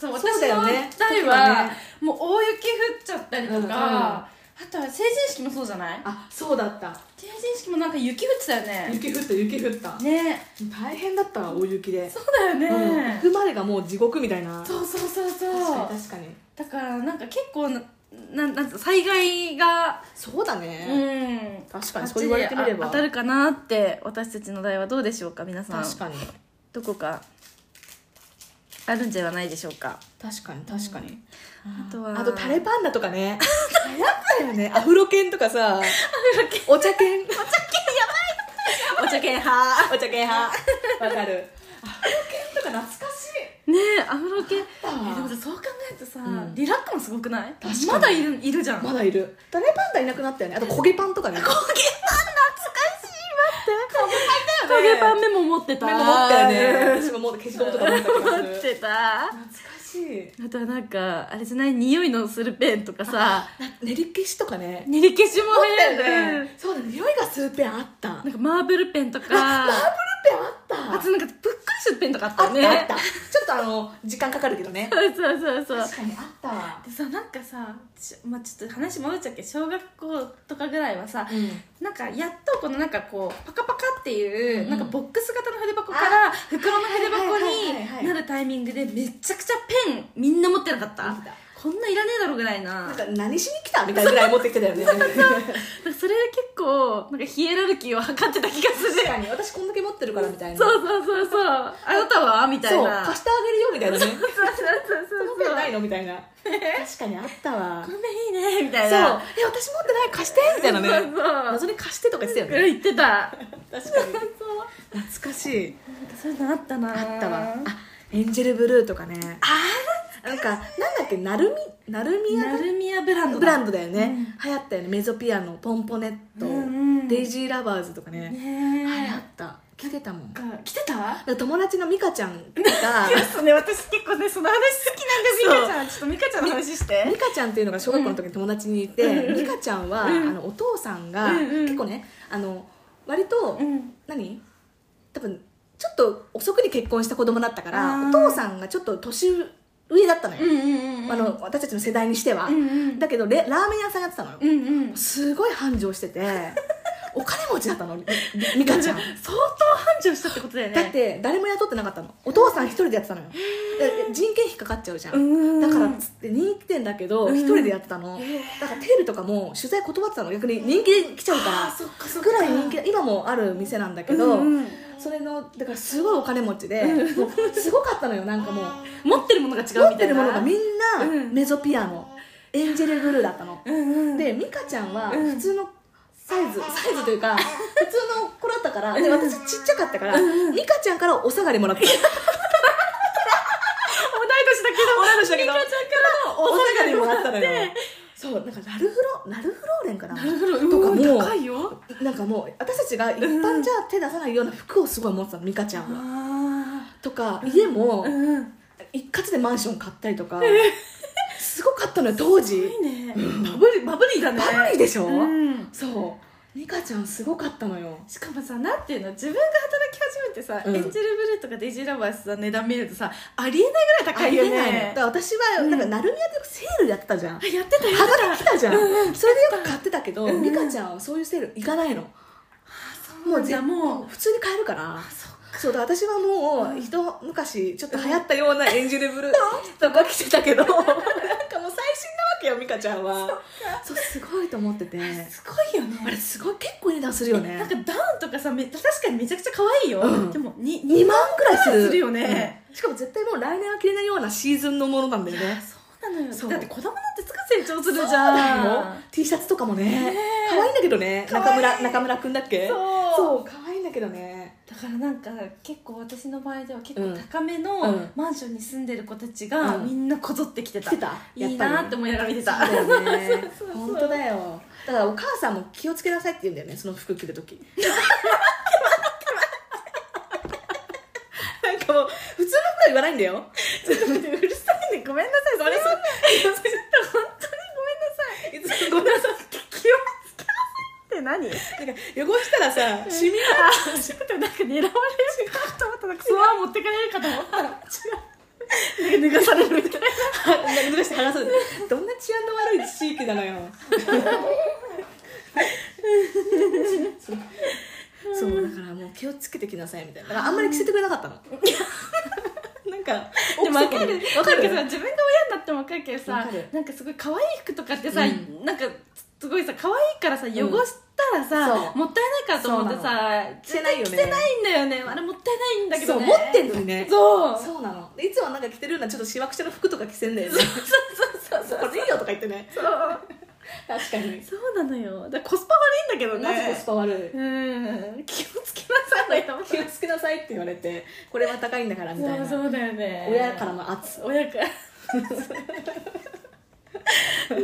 [SPEAKER 1] そう
[SPEAKER 2] そう
[SPEAKER 1] 私
[SPEAKER 2] だよ
[SPEAKER 1] の
[SPEAKER 2] ね
[SPEAKER 1] 代
[SPEAKER 2] 時は
[SPEAKER 1] は
[SPEAKER 2] ね
[SPEAKER 1] もう大雪降っちゃったりとか、
[SPEAKER 2] うんうん
[SPEAKER 1] あとは成人式もそうじゃない
[SPEAKER 2] あそうだった
[SPEAKER 1] 成人式もなんか雪降ってたよね
[SPEAKER 2] 雪降った雪降った、
[SPEAKER 1] ね
[SPEAKER 2] 大変だったわ大雪で
[SPEAKER 1] そうだよね、
[SPEAKER 2] うん、行くまでがもう地獄みたいな
[SPEAKER 1] そうそうそうそう
[SPEAKER 2] 確かに確かに
[SPEAKER 1] だからなんか結構なななんつうの災害が
[SPEAKER 2] そうだ
[SPEAKER 1] う
[SPEAKER 2] ね、
[SPEAKER 1] ん
[SPEAKER 2] 確かにそう言われてみれば
[SPEAKER 1] あっちであ当たるかなって私たちの代はどうでしょうか皆さん
[SPEAKER 2] 確かに
[SPEAKER 1] どこかあるんじゃないでしょうか
[SPEAKER 2] 確かに確かに、
[SPEAKER 1] あとは
[SPEAKER 2] あとタレパンダと かね流行ったよねアフロ犬とかさお茶犬お茶犬やばいお茶犬 派お茶犬派わかるアフロ犬とか懐かしい
[SPEAKER 1] ねえアフロ系え
[SPEAKER 2] あったわ
[SPEAKER 1] でもさそう考えるとさ、
[SPEAKER 2] うん
[SPEAKER 1] リラックもすごくない
[SPEAKER 2] 確かに
[SPEAKER 1] まだいるいるじゃん
[SPEAKER 2] まだいるタレパンダいなくなったよねあと焦げパンとかね焦げ
[SPEAKER 1] 焦げパン
[SPEAKER 2] 焦
[SPEAKER 1] 焦
[SPEAKER 2] げ
[SPEAKER 1] げ
[SPEAKER 2] パ
[SPEAKER 1] パ
[SPEAKER 2] ン
[SPEAKER 1] ンメモ持ってた
[SPEAKER 2] メモ持ったよね私ももう消しゴムとか持った 気がする
[SPEAKER 1] 持ってたあ
[SPEAKER 2] 懐かしい
[SPEAKER 1] とはなんかあれじゃない匂いのするペンとか さ
[SPEAKER 2] 練り消しとかね
[SPEAKER 1] 練り消しも
[SPEAKER 2] あっ
[SPEAKER 1] ね
[SPEAKER 2] たよ
[SPEAKER 1] うん
[SPEAKER 2] ねそうだね匂いがするペンあったマ
[SPEAKER 1] なん
[SPEAKER 2] ーブル
[SPEAKER 1] かマーブルペンとか
[SPEAKER 2] ペンあった
[SPEAKER 1] あとなんかぷっくりするペンとかあった
[SPEAKER 2] あ
[SPEAKER 1] よ
[SPEAKER 2] っ
[SPEAKER 1] ね
[SPEAKER 2] たあったちょっとあの時間かかるけどね
[SPEAKER 1] そうそうそうそう
[SPEAKER 2] かにあったわ
[SPEAKER 1] でさなんかさちょ,、まあ、ちょっと話戻っちゃうけど小学校とかぐらいはさ、なんかやっとこのなんかこうパカパカっていう、
[SPEAKER 2] うん
[SPEAKER 1] なんかボックス型の筆箱から袋の筆
[SPEAKER 2] はいはいはい
[SPEAKER 1] 箱
[SPEAKER 2] はい
[SPEAKER 1] になるタイミングでめちゃくちゃペンみんな持ってなかった
[SPEAKER 2] 持ってた
[SPEAKER 1] こんないらねえだろうぐらいな
[SPEAKER 2] なんか何しに来たみたいなぐらい持ってきてたよね 確
[SPEAKER 1] なんかそれ結構なんかヒエラルキーを測ってた気がす る
[SPEAKER 2] かに私こんだけ持ってるからみたいな
[SPEAKER 1] そうそうそうそうあなたはみたい
[SPEAKER 2] そう
[SPEAKER 1] な
[SPEAKER 2] 貸してあげるよみたいな ね
[SPEAKER 1] そうそうそう
[SPEAKER 2] その
[SPEAKER 1] そう
[SPEAKER 2] ペンないのみた いな確かにあったわ
[SPEAKER 1] こ
[SPEAKER 2] そう
[SPEAKER 1] のペンいいねみた
[SPEAKER 2] え
[SPEAKER 1] いな
[SPEAKER 2] 私持ってない貸してみたいな
[SPEAKER 1] そう
[SPEAKER 2] ね
[SPEAKER 1] そう
[SPEAKER 2] 謎に貸してとか言ってたよ
[SPEAKER 1] うん
[SPEAKER 2] ね
[SPEAKER 1] 言ってた
[SPEAKER 2] 確かに
[SPEAKER 1] そう
[SPEAKER 2] 懐かしい
[SPEAKER 1] なんかそういうのあったな
[SPEAKER 2] あったわあエンジェルブルーとかねなんかなんだっけなるみなるみや
[SPEAKER 1] ナルミヤブランド
[SPEAKER 2] ブラン
[SPEAKER 1] ド
[SPEAKER 2] ドだよね、流行ったよねメゾピアノポンポネット、
[SPEAKER 1] うんうん
[SPEAKER 2] デイジーラバーズとかね
[SPEAKER 1] ね
[SPEAKER 2] 流
[SPEAKER 1] え
[SPEAKER 2] 行った着てたもんだか
[SPEAKER 1] なんか来てた
[SPEAKER 2] ら友達の美香ちゃん が
[SPEAKER 1] そうね私結構ねその話好き
[SPEAKER 2] なんだよ
[SPEAKER 1] んちょっとミカちゃんの話して
[SPEAKER 2] 美香ちゃんっていうのが小学校の時に友達にいて、
[SPEAKER 1] うん
[SPEAKER 2] 美香ちゃんは、
[SPEAKER 1] うん
[SPEAKER 2] あのお父さんが、
[SPEAKER 1] うんうん
[SPEAKER 2] 結構ねあの割と、
[SPEAKER 1] うん
[SPEAKER 2] 何多分ちょっと遅くに結婚した子供だったから
[SPEAKER 1] あー
[SPEAKER 2] お父さんがちょっと年上だったのよ、
[SPEAKER 1] うんうんうん
[SPEAKER 2] あの私たちの世代にしては、
[SPEAKER 1] うんうん
[SPEAKER 2] だけどレラーメン屋さんやってたのよ、
[SPEAKER 1] うんうん
[SPEAKER 2] すごい繁盛しててお金持ちだったのみみかちゃ
[SPEAKER 1] 相当
[SPEAKER 2] ん
[SPEAKER 1] 繁盛したってことだよね
[SPEAKER 2] だって誰も雇ってなかったのお父さん一人でやってたのよで人件費かかっちゃうじゃん
[SPEAKER 1] うん
[SPEAKER 2] だからつって人気店だけど
[SPEAKER 1] うん
[SPEAKER 2] 一人でやってたのだからテールとかも取材断ってたの逆に人気で来ちゃうから
[SPEAKER 1] そっかそっか
[SPEAKER 2] ぐらい人気今もある店なんだけど
[SPEAKER 1] うんうん
[SPEAKER 2] それのだからすごいお金持ちでもうすごかったのよなんかもう
[SPEAKER 1] 持ってるものが違うみたいな
[SPEAKER 2] 持ってるものがみん
[SPEAKER 1] う
[SPEAKER 2] なんメゾピアノエンジェルブルーだったの
[SPEAKER 1] うんうん
[SPEAKER 2] で美香ちゃんは
[SPEAKER 1] うん
[SPEAKER 2] 普通のサイズ、サイズというか普通の子だったからで私ちっちゃかったから美香ちゃんからお下がりもらった同い年だけど同い年だけど
[SPEAKER 1] ミカちゃんからの
[SPEAKER 2] お下がりも
[SPEAKER 1] お
[SPEAKER 2] らっ
[SPEAKER 1] 下
[SPEAKER 2] た
[SPEAKER 1] が
[SPEAKER 2] の
[SPEAKER 1] り
[SPEAKER 2] よ
[SPEAKER 1] もらっ
[SPEAKER 2] そうなんかラルフロラルフローレンかな
[SPEAKER 1] なるほど
[SPEAKER 2] とか
[SPEAKER 1] うん
[SPEAKER 2] も
[SPEAKER 1] 高いよ
[SPEAKER 2] なんかもう私たちが一般じゃ手出さないような服をすごい持ってたの美香ちゃんは、
[SPEAKER 1] あ
[SPEAKER 2] とか家も
[SPEAKER 1] あうん
[SPEAKER 2] 一括でマンション買ったりとか、すごかったのよ当時
[SPEAKER 1] いいねバブリバブリだね
[SPEAKER 2] バブリでしょ、
[SPEAKER 1] うん
[SPEAKER 2] そう美香ちゃんすごかったのよ
[SPEAKER 1] しかもさなんていうの自分が働き始めてさ、
[SPEAKER 2] うん
[SPEAKER 1] エンジェルブルーとかデイジーラバースさ値段見るとさありえないぐらい高いよ
[SPEAKER 2] ありえないの
[SPEAKER 1] ね
[SPEAKER 2] だから私はなんか成宮でセールやってたじゃん
[SPEAKER 1] あやってたよ
[SPEAKER 2] 剥がれてきたじゃん、それでよく買ってたけど、美香ちゃんはそういうセール行かないの、
[SPEAKER 1] もうじゃあもう
[SPEAKER 2] 普通に買えるからそうだ私はもう人昔ちょっと流行ったようなエンジュレブルとか着てたけどなんかもう最新なわけよ美香ちゃんはそうすごいと思ってて
[SPEAKER 1] すごいよね
[SPEAKER 2] あれすごい結構いい値段するよね
[SPEAKER 1] なんかダウンとかさめ確かにめちゃくちゃ可愛いよ、
[SPEAKER 2] うん
[SPEAKER 1] でもに
[SPEAKER 2] 2万ぐらいする
[SPEAKER 1] するよね、
[SPEAKER 2] うんしかも絶対もう来年は着れないようなシーズンのものなんだよね
[SPEAKER 1] そうなのよ
[SPEAKER 2] そう
[SPEAKER 1] だって子供なんてすぐ成長するじ
[SPEAKER 2] そう
[SPEAKER 1] ゃ
[SPEAKER 2] なんの T シャツとかもね
[SPEAKER 1] ね
[SPEAKER 2] 可愛いんだけどね
[SPEAKER 1] 可
[SPEAKER 2] 中
[SPEAKER 1] 愛い
[SPEAKER 2] 村中村くんだっけ
[SPEAKER 1] そう
[SPEAKER 2] そう可愛いんだけどね
[SPEAKER 1] だからなんか結構私の場合では結
[SPEAKER 2] う
[SPEAKER 1] 構
[SPEAKER 2] ん
[SPEAKER 1] 高め
[SPEAKER 2] う
[SPEAKER 1] の
[SPEAKER 2] ん
[SPEAKER 1] マンションに住んでる子たちが
[SPEAKER 2] うん
[SPEAKER 1] みんなこぞってきてた,、
[SPEAKER 2] 着てたやっぱり
[SPEAKER 1] いいなって思いながら見てた
[SPEAKER 2] そうだよ ね
[SPEAKER 1] そうそうそう
[SPEAKER 2] 本当だよだからお母さんも気をつけなさいって言うんだよねその服着る時なんかもう普通の服は言わないんだよ
[SPEAKER 1] ちょっと待ってうるさいねごめんなさいそれそちょっと本当にごめんなさいいつもごめんなさい気をつけって何
[SPEAKER 2] なんか汚したらさシミ
[SPEAKER 1] あちょっとなんか狙われるかと思ったなんかそのまま持ってかれるかと思ったら違うなんか脱がされるみたいな
[SPEAKER 2] 脱がして剥がすどんな治安の悪い地域なのよそうそうだからもう気をつけてきなさいみたいなだからあんまり着せてくれなかったのなんか
[SPEAKER 1] でも分かる
[SPEAKER 2] わか
[SPEAKER 1] なん
[SPEAKER 2] る
[SPEAKER 1] かさ自分が親になっても分かるけど
[SPEAKER 2] わ
[SPEAKER 1] さ
[SPEAKER 2] かる
[SPEAKER 1] なんかすごい可愛い服とかってさ、
[SPEAKER 2] うん
[SPEAKER 1] なんかすごいさ可愛いからさ汚
[SPEAKER 2] ん
[SPEAKER 1] したらさ、
[SPEAKER 2] そう
[SPEAKER 1] もったいないからと思ってさ
[SPEAKER 2] 着せないよね
[SPEAKER 1] 着てないんだよねあれもったいないんだけ
[SPEAKER 2] そ
[SPEAKER 1] ど
[SPEAKER 2] う
[SPEAKER 1] ね
[SPEAKER 2] 持ってんのにね
[SPEAKER 1] そう
[SPEAKER 2] そうなのでいつもなんか着てるようなちょっとしわくちゃの服とか着せんだよねそうそうそうこれいいよとか言ってね
[SPEAKER 1] そう
[SPEAKER 2] 確かに
[SPEAKER 1] そうなのよだからコスパ悪いんだけど
[SPEAKER 2] マジコ
[SPEAKER 1] ね
[SPEAKER 2] スパ悪い
[SPEAKER 1] うん 気をつけなさいよ
[SPEAKER 2] 気をつけなさいって言われてこれは高いんだからみたい
[SPEAKER 1] そう
[SPEAKER 2] な
[SPEAKER 1] そうだよね
[SPEAKER 2] 親からの圧
[SPEAKER 1] 親から懐かしい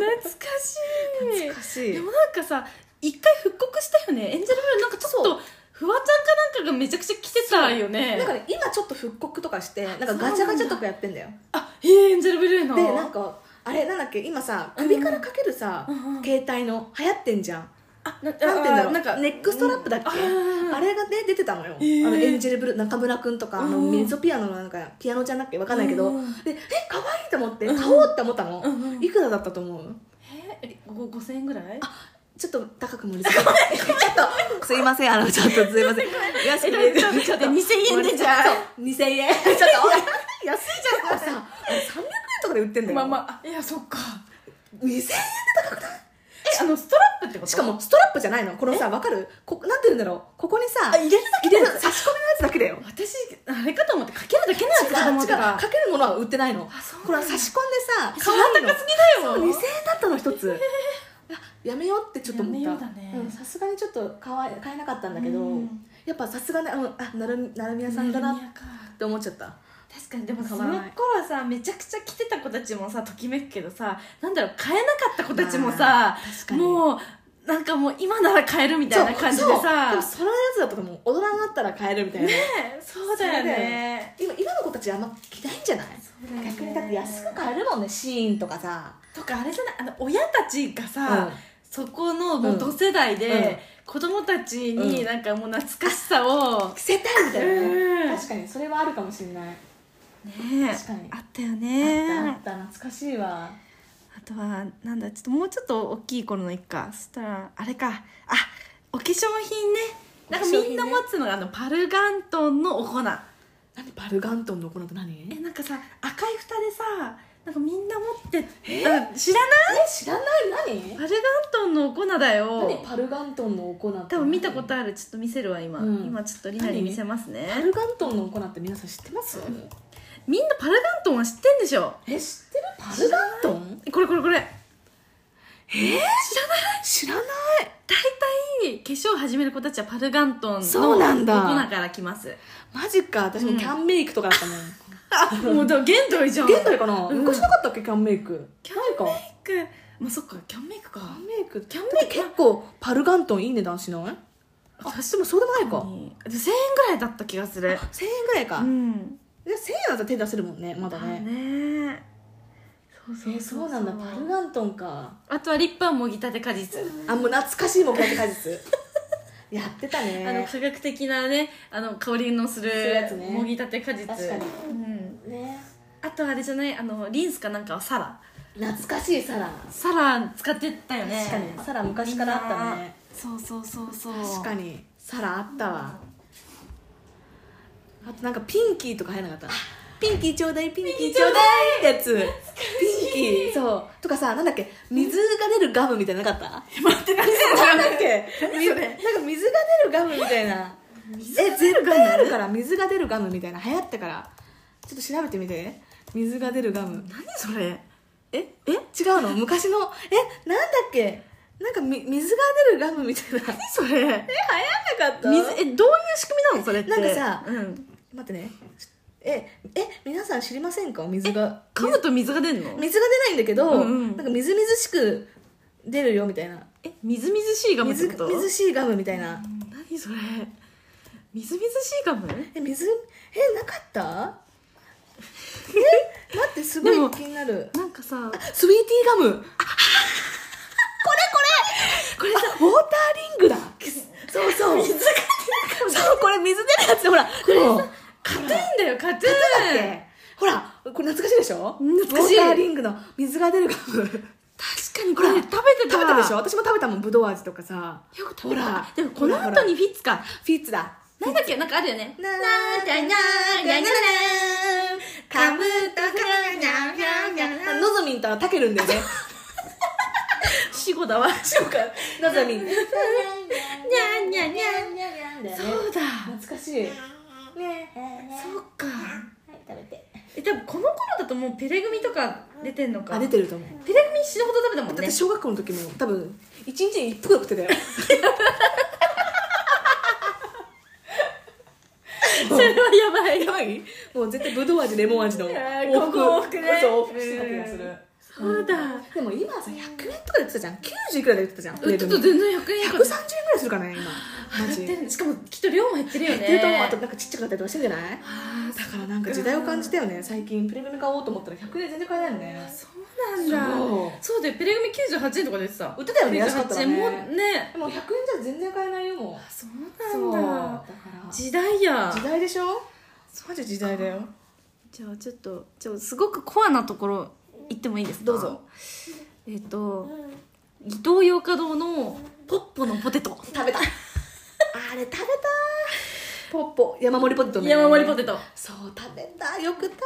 [SPEAKER 2] 懐かしい
[SPEAKER 1] でもなんかさ一回復刻したよねエンジェルブルーなんかちょっ
[SPEAKER 2] そ
[SPEAKER 1] とフワちゃんかなんかがめちゃくちゃ着てたよね
[SPEAKER 2] なんかね今ちょっと復刻とかしてなんかガチャガチャとかやってんだよ
[SPEAKER 1] あへえエンジェルブルーの
[SPEAKER 2] でなんかあれなんだっけ今さ首からかけるさ、
[SPEAKER 1] うんうん
[SPEAKER 2] 携帯の流行ってんじゃん、
[SPEAKER 1] あななん
[SPEAKER 2] なんて言うんだろう
[SPEAKER 1] なんか
[SPEAKER 2] ネックストラップだっけ、
[SPEAKER 1] うんあー
[SPEAKER 2] あれがね出てたのよ、
[SPEAKER 1] ー
[SPEAKER 2] あのエンジェルブルー中村くんとかあの
[SPEAKER 1] うん
[SPEAKER 2] ミゾピアノのなんかピアノちゃんだっけわかんないけど、
[SPEAKER 1] うん
[SPEAKER 2] でえ可愛いと思って買おうって思ったの、
[SPEAKER 1] うんうん
[SPEAKER 2] いくらだったと思う
[SPEAKER 1] えご5000円ぐらい
[SPEAKER 2] ちょっと高くもりす ち ょっとすいませんあのちょっとすいません安くね
[SPEAKER 1] えちょっと
[SPEAKER 2] ちょっと
[SPEAKER 1] 2000円でじゃあ
[SPEAKER 2] そう2000 円ちょっ
[SPEAKER 1] 安
[SPEAKER 2] と
[SPEAKER 1] いじ
[SPEAKER 2] あのさあれ300円とかで売ってんだよ、
[SPEAKER 1] まあまあいやそっか
[SPEAKER 2] 2000円で高くない
[SPEAKER 1] えあのストラップってこと
[SPEAKER 2] しかもストラップじゃないのこのさわかるこなんて言うんだろうここにさ
[SPEAKER 1] あ入れるだけ
[SPEAKER 2] 入れる差し込みのやつだけだよ
[SPEAKER 1] 私あれかと思ってかけるだけな
[SPEAKER 2] 違
[SPEAKER 1] や
[SPEAKER 2] う
[SPEAKER 1] つかと思
[SPEAKER 2] 違
[SPEAKER 1] っ
[SPEAKER 2] う
[SPEAKER 1] てた
[SPEAKER 2] かけるものは売ってないの
[SPEAKER 1] そうなんだ
[SPEAKER 2] これは差し込んでさ
[SPEAKER 1] それは
[SPEAKER 2] 可愛いの
[SPEAKER 1] 高すぎだよ
[SPEAKER 2] そう2000円だったの一つ あやめようってちょっと思った
[SPEAKER 1] やめようだね
[SPEAKER 2] んさすがにちょっと買わ買えなかったんだけど、
[SPEAKER 1] うん
[SPEAKER 2] やっぱさすがねあのあなるみなるみ屋さんだなって思っちゃった
[SPEAKER 1] 確かにでも
[SPEAKER 2] 買
[SPEAKER 1] そ
[SPEAKER 2] わ
[SPEAKER 1] の
[SPEAKER 2] ない
[SPEAKER 1] 頃さめちゃくちゃ着てた子たちもさときめくけどさなんだろう買えなかった子たちもさ
[SPEAKER 2] あー確かに
[SPEAKER 1] もうなんかもう今なら買えるみたいな感じで
[SPEAKER 2] そうそう
[SPEAKER 1] さ
[SPEAKER 2] でもそのやつだともう大人になったら買えるみたいな、
[SPEAKER 1] ねそうだよね
[SPEAKER 2] 今今の子たちあんま着ないんじゃない
[SPEAKER 1] そうだよね
[SPEAKER 2] 逆にだって安く買えるもんねシーンとかさ
[SPEAKER 1] とかあれじゃないあの親たちがさ、
[SPEAKER 2] うん
[SPEAKER 1] そこのもう同世代
[SPEAKER 2] うん
[SPEAKER 1] で子供たちに
[SPEAKER 2] うん
[SPEAKER 1] なんかもう懐かしさを、
[SPEAKER 2] 着せたいみたいなね、
[SPEAKER 1] うん
[SPEAKER 2] 確かにそれはあるかもしれない、
[SPEAKER 1] ね
[SPEAKER 2] 確かに
[SPEAKER 1] あったよ
[SPEAKER 2] あ
[SPEAKER 1] ね
[SPEAKER 2] ったあった懐かしいわ
[SPEAKER 1] あとはなんだちょっともうちょっと大きい頃のいっかそしたらあれかあお化粧品ねなんかみんな
[SPEAKER 2] お化粧品ね
[SPEAKER 1] 持つのがあのパルガントンのお粉
[SPEAKER 2] 何パルガントンの粉って何
[SPEAKER 1] え
[SPEAKER 2] え
[SPEAKER 1] なんかさ赤い蓋でさなんかみんな持ってあ知らない
[SPEAKER 2] 知らない
[SPEAKER 1] パルガントンのお粉だ
[SPEAKER 2] 何
[SPEAKER 1] よ
[SPEAKER 2] 何パルガントンのお粉って
[SPEAKER 1] 多分見たことあるちょっと見せるわ今、
[SPEAKER 2] うん
[SPEAKER 1] 今ちょっとリナに見せます
[SPEAKER 2] パ
[SPEAKER 1] ね
[SPEAKER 2] ルガントンのお粉って皆さん知ってます
[SPEAKER 1] みんなパルガントンは知ってんでしょ
[SPEAKER 2] え知ってるパルガントン
[SPEAKER 1] これこれこれ
[SPEAKER 2] えー、知らない知らない
[SPEAKER 1] 大体化粧始める子たちはパルガントンの
[SPEAKER 2] そうなんだ
[SPEAKER 1] お粉から来ます
[SPEAKER 2] マジか私もキャンメイクとかだったもん、
[SPEAKER 1] あもうだから現代じゃん
[SPEAKER 2] 現代かな、
[SPEAKER 1] うん
[SPEAKER 2] 昔なかったっけキャンメイク
[SPEAKER 1] キャン
[SPEAKER 2] ないか
[SPEAKER 1] メイクまあそっかキャンメイクか
[SPEAKER 2] キャンメイク
[SPEAKER 1] キャンメイク
[SPEAKER 2] だって結構パルガントンいい値段しない私でもそうでもないか
[SPEAKER 1] で1000円ぐらいだった気がする
[SPEAKER 2] 1000円ぐらいか、
[SPEAKER 1] ん
[SPEAKER 2] で1000円だったら手出せるもんねまだ
[SPEAKER 1] だ
[SPEAKER 2] ね
[SPEAKER 1] ねそうそう
[SPEAKER 2] えーそうなんだパルガントンか
[SPEAKER 1] あとはリップはもぎたて果実
[SPEAKER 2] あもう懐かしい目 標果実やってた
[SPEAKER 1] あの
[SPEAKER 2] ね
[SPEAKER 1] 科学的なねあの香りのする
[SPEAKER 2] するやつね
[SPEAKER 1] もぎたて果実
[SPEAKER 2] 確かに
[SPEAKER 1] うん、
[SPEAKER 2] ね
[SPEAKER 1] あとあれじゃないあのリンスかなんかはサラ
[SPEAKER 2] 懐かしいサラ
[SPEAKER 1] サラ使ってたよね
[SPEAKER 2] 確かにサラ昔からあったね
[SPEAKER 1] みんなそうそうそうそう
[SPEAKER 2] 確かにサラあったわあとなんかピンキーとか流行らなかったピンキーちょうだいピンキーちょうだいってやつピンキ ーそうとかさなんだっけ水が出るガムみたいなのなかった
[SPEAKER 1] 待って、何
[SPEAKER 2] なんだ
[SPEAKER 1] だ
[SPEAKER 2] っけみなんか水が出るガムみたいなえ絶対あるから水が出るガムみたいな流行ったからちょっと調べてみて水が出るガム
[SPEAKER 1] 何それ
[SPEAKER 2] ええ違うの昔のえなんだっけなんかみ水が出るガムみたいな
[SPEAKER 1] 何それ
[SPEAKER 2] 流行んなかった
[SPEAKER 1] 水えどういう仕組みなのそれって
[SPEAKER 2] なんかさ
[SPEAKER 1] うん、
[SPEAKER 2] 待ってねええ皆さん知りませんか水が
[SPEAKER 1] 噛むと水が出るの
[SPEAKER 2] 水が出ないんだけど、
[SPEAKER 1] うんうん
[SPEAKER 2] なんかみずみずしく出るよみたいな
[SPEAKER 1] えみずみずしいガム
[SPEAKER 2] み
[SPEAKER 1] って
[SPEAKER 2] ず
[SPEAKER 1] こと
[SPEAKER 2] みずしいガムみたいな
[SPEAKER 1] 何それみずみずしいガム
[SPEAKER 2] え水えなかったえ待ってすご
[SPEAKER 1] でも
[SPEAKER 2] い気になる
[SPEAKER 1] なんか さ
[SPEAKER 2] スイーティー ガムこれこれこれさウォーターリングだそうそう水がそうこれ水出るやつほらこれ
[SPEAKER 1] 硬いんだよ硬い
[SPEAKER 2] ほらこれ懐かしいでしょ
[SPEAKER 1] 懐かしい
[SPEAKER 2] ウォーターリングの水が出るガム
[SPEAKER 1] 確かにこ
[SPEAKER 2] ほら
[SPEAKER 1] れ食べてた
[SPEAKER 2] 食べたでしょ私も食べたもんぶどう味とかさ
[SPEAKER 1] よく食べ
[SPEAKER 2] ほ
[SPEAKER 1] た
[SPEAKER 2] ら
[SPEAKER 1] でもこの
[SPEAKER 2] ほらほら
[SPEAKER 1] 後にフィッツか
[SPEAKER 2] フィッツだ
[SPEAKER 1] なんだっけなんかあるよね
[SPEAKER 2] な
[SPEAKER 1] ーだなーだなー
[SPEAKER 2] カムとのぞみんとたけるんだよね
[SPEAKER 1] 死後だわ
[SPEAKER 2] そうかのぞみん
[SPEAKER 1] にゃにゃにゃそうだ
[SPEAKER 2] 懐かしい
[SPEAKER 1] そうかえ多分この頃だともうペレ組とか出てんのか
[SPEAKER 2] あ出てると思う
[SPEAKER 1] ペレ組死ぬほど食べたもん
[SPEAKER 2] だっ
[SPEAKER 1] ね
[SPEAKER 2] て小学校の時も多分一日に一服食ってたよ
[SPEAKER 1] それはやばい
[SPEAKER 2] やばいもう絶対ぶどう味レモン味の
[SPEAKER 1] いやー
[SPEAKER 2] 往復
[SPEAKER 1] 往復ね
[SPEAKER 2] そう往復してた気がする
[SPEAKER 1] そうだ
[SPEAKER 2] でも今さ100円とかで売ってたじゃん90いくらで売ってたじゃん
[SPEAKER 1] ちょっと
[SPEAKER 2] 130円
[SPEAKER 1] 全然100円
[SPEAKER 2] ぐ
[SPEAKER 1] から
[SPEAKER 2] らいするかね今マジ
[SPEAKER 1] 減ってるしかもきっと量も減ってるよね
[SPEAKER 2] 減ってると思うあとなんかちっちゃくなったりとかしてんじゃない
[SPEAKER 1] あ
[SPEAKER 2] だからなんか時代を感じたよね最近プレミアム買おうと思ったら100円で全然買えないよね
[SPEAKER 1] ーそうなんだ
[SPEAKER 2] そう
[SPEAKER 1] そうだよペレ組98円とか出てた
[SPEAKER 2] 売ってたよね安かった
[SPEAKER 1] 98
[SPEAKER 2] ら
[SPEAKER 1] 円も
[SPEAKER 2] ね
[SPEAKER 1] ね
[SPEAKER 2] でも100円じゃ全然買えないよもう
[SPEAKER 1] そう
[SPEAKER 2] だ
[SPEAKER 1] なんだ
[SPEAKER 2] から
[SPEAKER 1] 時代や
[SPEAKER 2] 時代でしょマジ時代だよ
[SPEAKER 1] じゃあちょっとじゃあすごくコアなところ行ってもいいですか
[SPEAKER 2] どうぞ
[SPEAKER 1] えっ、と伊東洋華堂のポッポのポテト
[SPEAKER 2] 食べたあれ食べたポッポ山盛りポテトね
[SPEAKER 1] 山盛りポテト
[SPEAKER 2] そう食べたよく食べ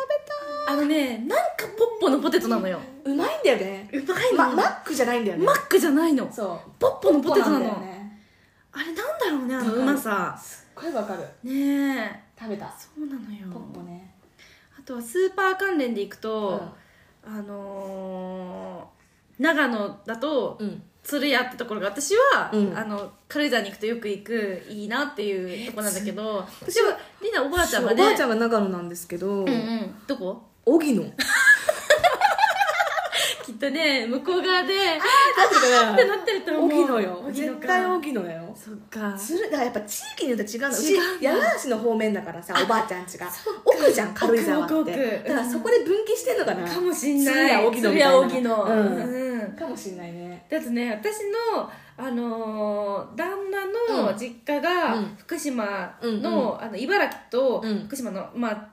[SPEAKER 1] あのねなんかポッポのポテトなのよ
[SPEAKER 2] たうまいんだよね
[SPEAKER 1] うまい
[SPEAKER 2] まマックじゃないんだよね
[SPEAKER 1] マックじゃないの
[SPEAKER 2] そう
[SPEAKER 1] ポッポのポテトなの
[SPEAKER 2] ポッポんだよね
[SPEAKER 1] あれなんだろうねあのうまさ
[SPEAKER 2] すっごいわかる
[SPEAKER 1] ねえ
[SPEAKER 2] 食べた
[SPEAKER 1] そうなのよ
[SPEAKER 2] ポッポね
[SPEAKER 1] あとはスーパー関連でいくと、あのー長野だと
[SPEAKER 2] うん
[SPEAKER 1] 鶴屋ってところが私は、
[SPEAKER 2] うん
[SPEAKER 1] あの軽井沢に行くとよく行くいいなっていうとこなんだけど、
[SPEAKER 2] え
[SPEAKER 1] 私はりなおばあちゃんがね
[SPEAKER 2] そうおばあちゃんが長野なんですけど、
[SPEAKER 1] うんうんどこ
[SPEAKER 2] 荻 野
[SPEAKER 1] きっとね向こう側で
[SPEAKER 2] だ
[SPEAKER 1] ってなってると思う
[SPEAKER 2] 荻野よ
[SPEAKER 1] 荻野か
[SPEAKER 2] 絶対荻野だよ
[SPEAKER 1] そっか
[SPEAKER 2] 鶴だからやっぱ地域によって違うのう
[SPEAKER 1] 違
[SPEAKER 2] ち
[SPEAKER 1] うの
[SPEAKER 2] 山梨の方面だからさおばあちゃんちが奥じゃん軽井沢
[SPEAKER 1] 奥
[SPEAKER 2] っ
[SPEAKER 1] 奥
[SPEAKER 2] て
[SPEAKER 1] 奥
[SPEAKER 2] だからそこで分岐してんのかな
[SPEAKER 1] かもしんない
[SPEAKER 2] 鶴屋荻野
[SPEAKER 1] 鶴
[SPEAKER 2] みたい
[SPEAKER 1] 屋
[SPEAKER 2] な
[SPEAKER 1] 荻野
[SPEAKER 2] うん
[SPEAKER 1] うん
[SPEAKER 2] かもしんないね
[SPEAKER 1] だとね私の、あのー旦那
[SPEAKER 2] う
[SPEAKER 1] の実家が
[SPEAKER 2] うん
[SPEAKER 1] 福島の,、
[SPEAKER 2] うんう
[SPEAKER 1] あの茨城と
[SPEAKER 2] うん
[SPEAKER 1] 福島の、まあ、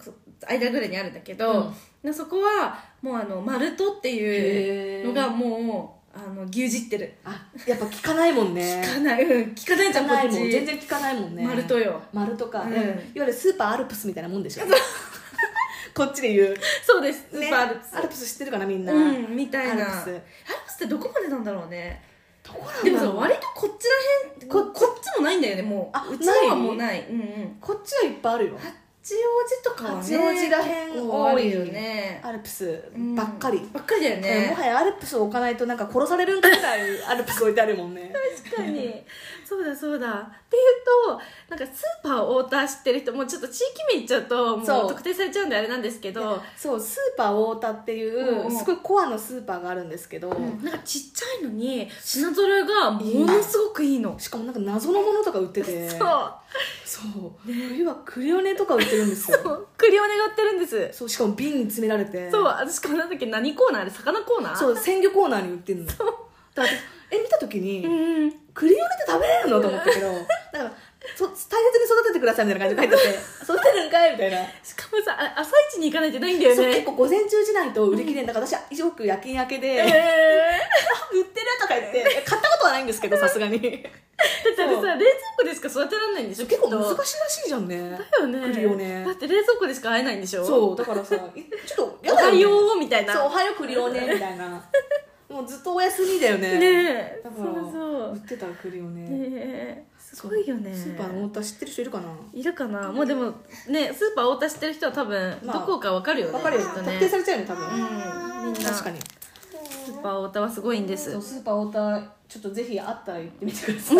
[SPEAKER 1] そ間ぐらいにあるんだけど、
[SPEAKER 2] うん
[SPEAKER 1] でそこはもうあのマルトってい
[SPEAKER 2] へ
[SPEAKER 1] う
[SPEAKER 2] ー
[SPEAKER 1] のがもうあの牛耳ってる
[SPEAKER 2] あやっぱ聞かないもんね
[SPEAKER 1] 聞かない、うん、聞かないじゃんこっち
[SPEAKER 2] 全然聞かないもんね
[SPEAKER 1] マルトよ
[SPEAKER 2] マルトか、
[SPEAKER 1] うん
[SPEAKER 2] いわゆるスーパーアルプスみたいなもんでしょ こっちで言う
[SPEAKER 1] そうですス
[SPEAKER 2] ね
[SPEAKER 1] ーパーアルプス、
[SPEAKER 2] アルプス知ってるかなみんな、
[SPEAKER 1] うんみたいなア
[SPEAKER 2] アル
[SPEAKER 1] ル
[SPEAKER 2] プス
[SPEAKER 1] プスってどこまでなんだろうね
[SPEAKER 2] どこなんだろう
[SPEAKER 1] でもさ割とこっちらへんここっちもないんだよねもう
[SPEAKER 2] あ
[SPEAKER 1] うちのは
[SPEAKER 2] ない
[SPEAKER 1] もうない、うんうん、
[SPEAKER 2] こっちはいっぱいあるよ
[SPEAKER 1] 八王子とかはね
[SPEAKER 2] 八王子らへん
[SPEAKER 1] 結構多いよね
[SPEAKER 2] アルプスばっかり、
[SPEAKER 1] うんばっかりだよ
[SPEAKER 2] うん
[SPEAKER 1] ね
[SPEAKER 2] もはやアルプスを置かないとなんか殺されるんかぐらいアルプス置いてあるもん ね
[SPEAKER 1] 確かにそうだそうだっていうとなんかスーパーオーター知ってる人もうちょっと地域名言っちゃうともう
[SPEAKER 2] そう
[SPEAKER 1] 特定されちゃうんであれなんですけど、
[SPEAKER 2] そうスーパー太田っていう、
[SPEAKER 1] うんうん
[SPEAKER 2] すごいコアのスーパーがあるんですけど、
[SPEAKER 1] うんなんかちっちゃいのに品揃えがものすごくいいの、
[SPEAKER 2] しかもなんか謎のものとか売ってて
[SPEAKER 1] そう
[SPEAKER 2] そう冬はクリオネとか売ってるんですよ
[SPEAKER 1] そうクリオネが売ってるんです
[SPEAKER 2] そうしかも瓶に詰められて
[SPEAKER 1] そう私かもなんだっけ何コーナーあれ魚コーナー
[SPEAKER 2] そう鮮魚コーナーに売ってるのだから私え見た時に、
[SPEAKER 1] うんうん
[SPEAKER 2] クリオネって食べれるのと思ったけどだからそ大切に育ててくださいみたいな感じで書 いてあって育てるんかいみたいな
[SPEAKER 1] しかもさあ朝一に行かないとないんだよ
[SPEAKER 2] そう結
[SPEAKER 1] ね
[SPEAKER 2] 構午前中じゃないと売り切れんだから私はよく夜勤明けで、
[SPEAKER 1] えー
[SPEAKER 2] 売ってるとか言って買ったことはないんですけどさすがに
[SPEAKER 1] だって
[SPEAKER 2] そう
[SPEAKER 1] さ冷蔵庫でしか育てられないんでしょ
[SPEAKER 2] 結構
[SPEAKER 1] きっと
[SPEAKER 2] 難しいらしいじゃんね
[SPEAKER 1] だよね
[SPEAKER 2] 来るよね
[SPEAKER 1] だって冷蔵庫でしか会えないんでしょ
[SPEAKER 2] そうだからさいちょっと
[SPEAKER 1] お
[SPEAKER 2] やだ
[SPEAKER 1] は
[SPEAKER 2] よ、ね、
[SPEAKER 1] ようみたいな
[SPEAKER 2] そうおはようくりようね みたいなもうずっとお休みだよね
[SPEAKER 1] ねえ
[SPEAKER 2] だか
[SPEAKER 1] そ
[SPEAKER 2] ら
[SPEAKER 1] う
[SPEAKER 2] 売っ
[SPEAKER 1] そ
[SPEAKER 2] てたら来るよね
[SPEAKER 1] うねえすごいよね
[SPEAKER 2] スーパーの太田知ってる人いるかない
[SPEAKER 1] るかなもうでもねスーパー太田知ってる人は多分
[SPEAKER 2] ま
[SPEAKER 1] ど
[SPEAKER 2] あ
[SPEAKER 1] こかわかるよね
[SPEAKER 2] わかる
[SPEAKER 1] き
[SPEAKER 2] よ
[SPEAKER 1] っと
[SPEAKER 2] 特
[SPEAKER 1] ね
[SPEAKER 2] 定されちゃうよね多分、
[SPEAKER 1] うんみんな
[SPEAKER 2] 確かに
[SPEAKER 1] スーパー太田はすごいんです
[SPEAKER 2] そうスーパー太田ちょっとぜひあったら行ってみてくださ い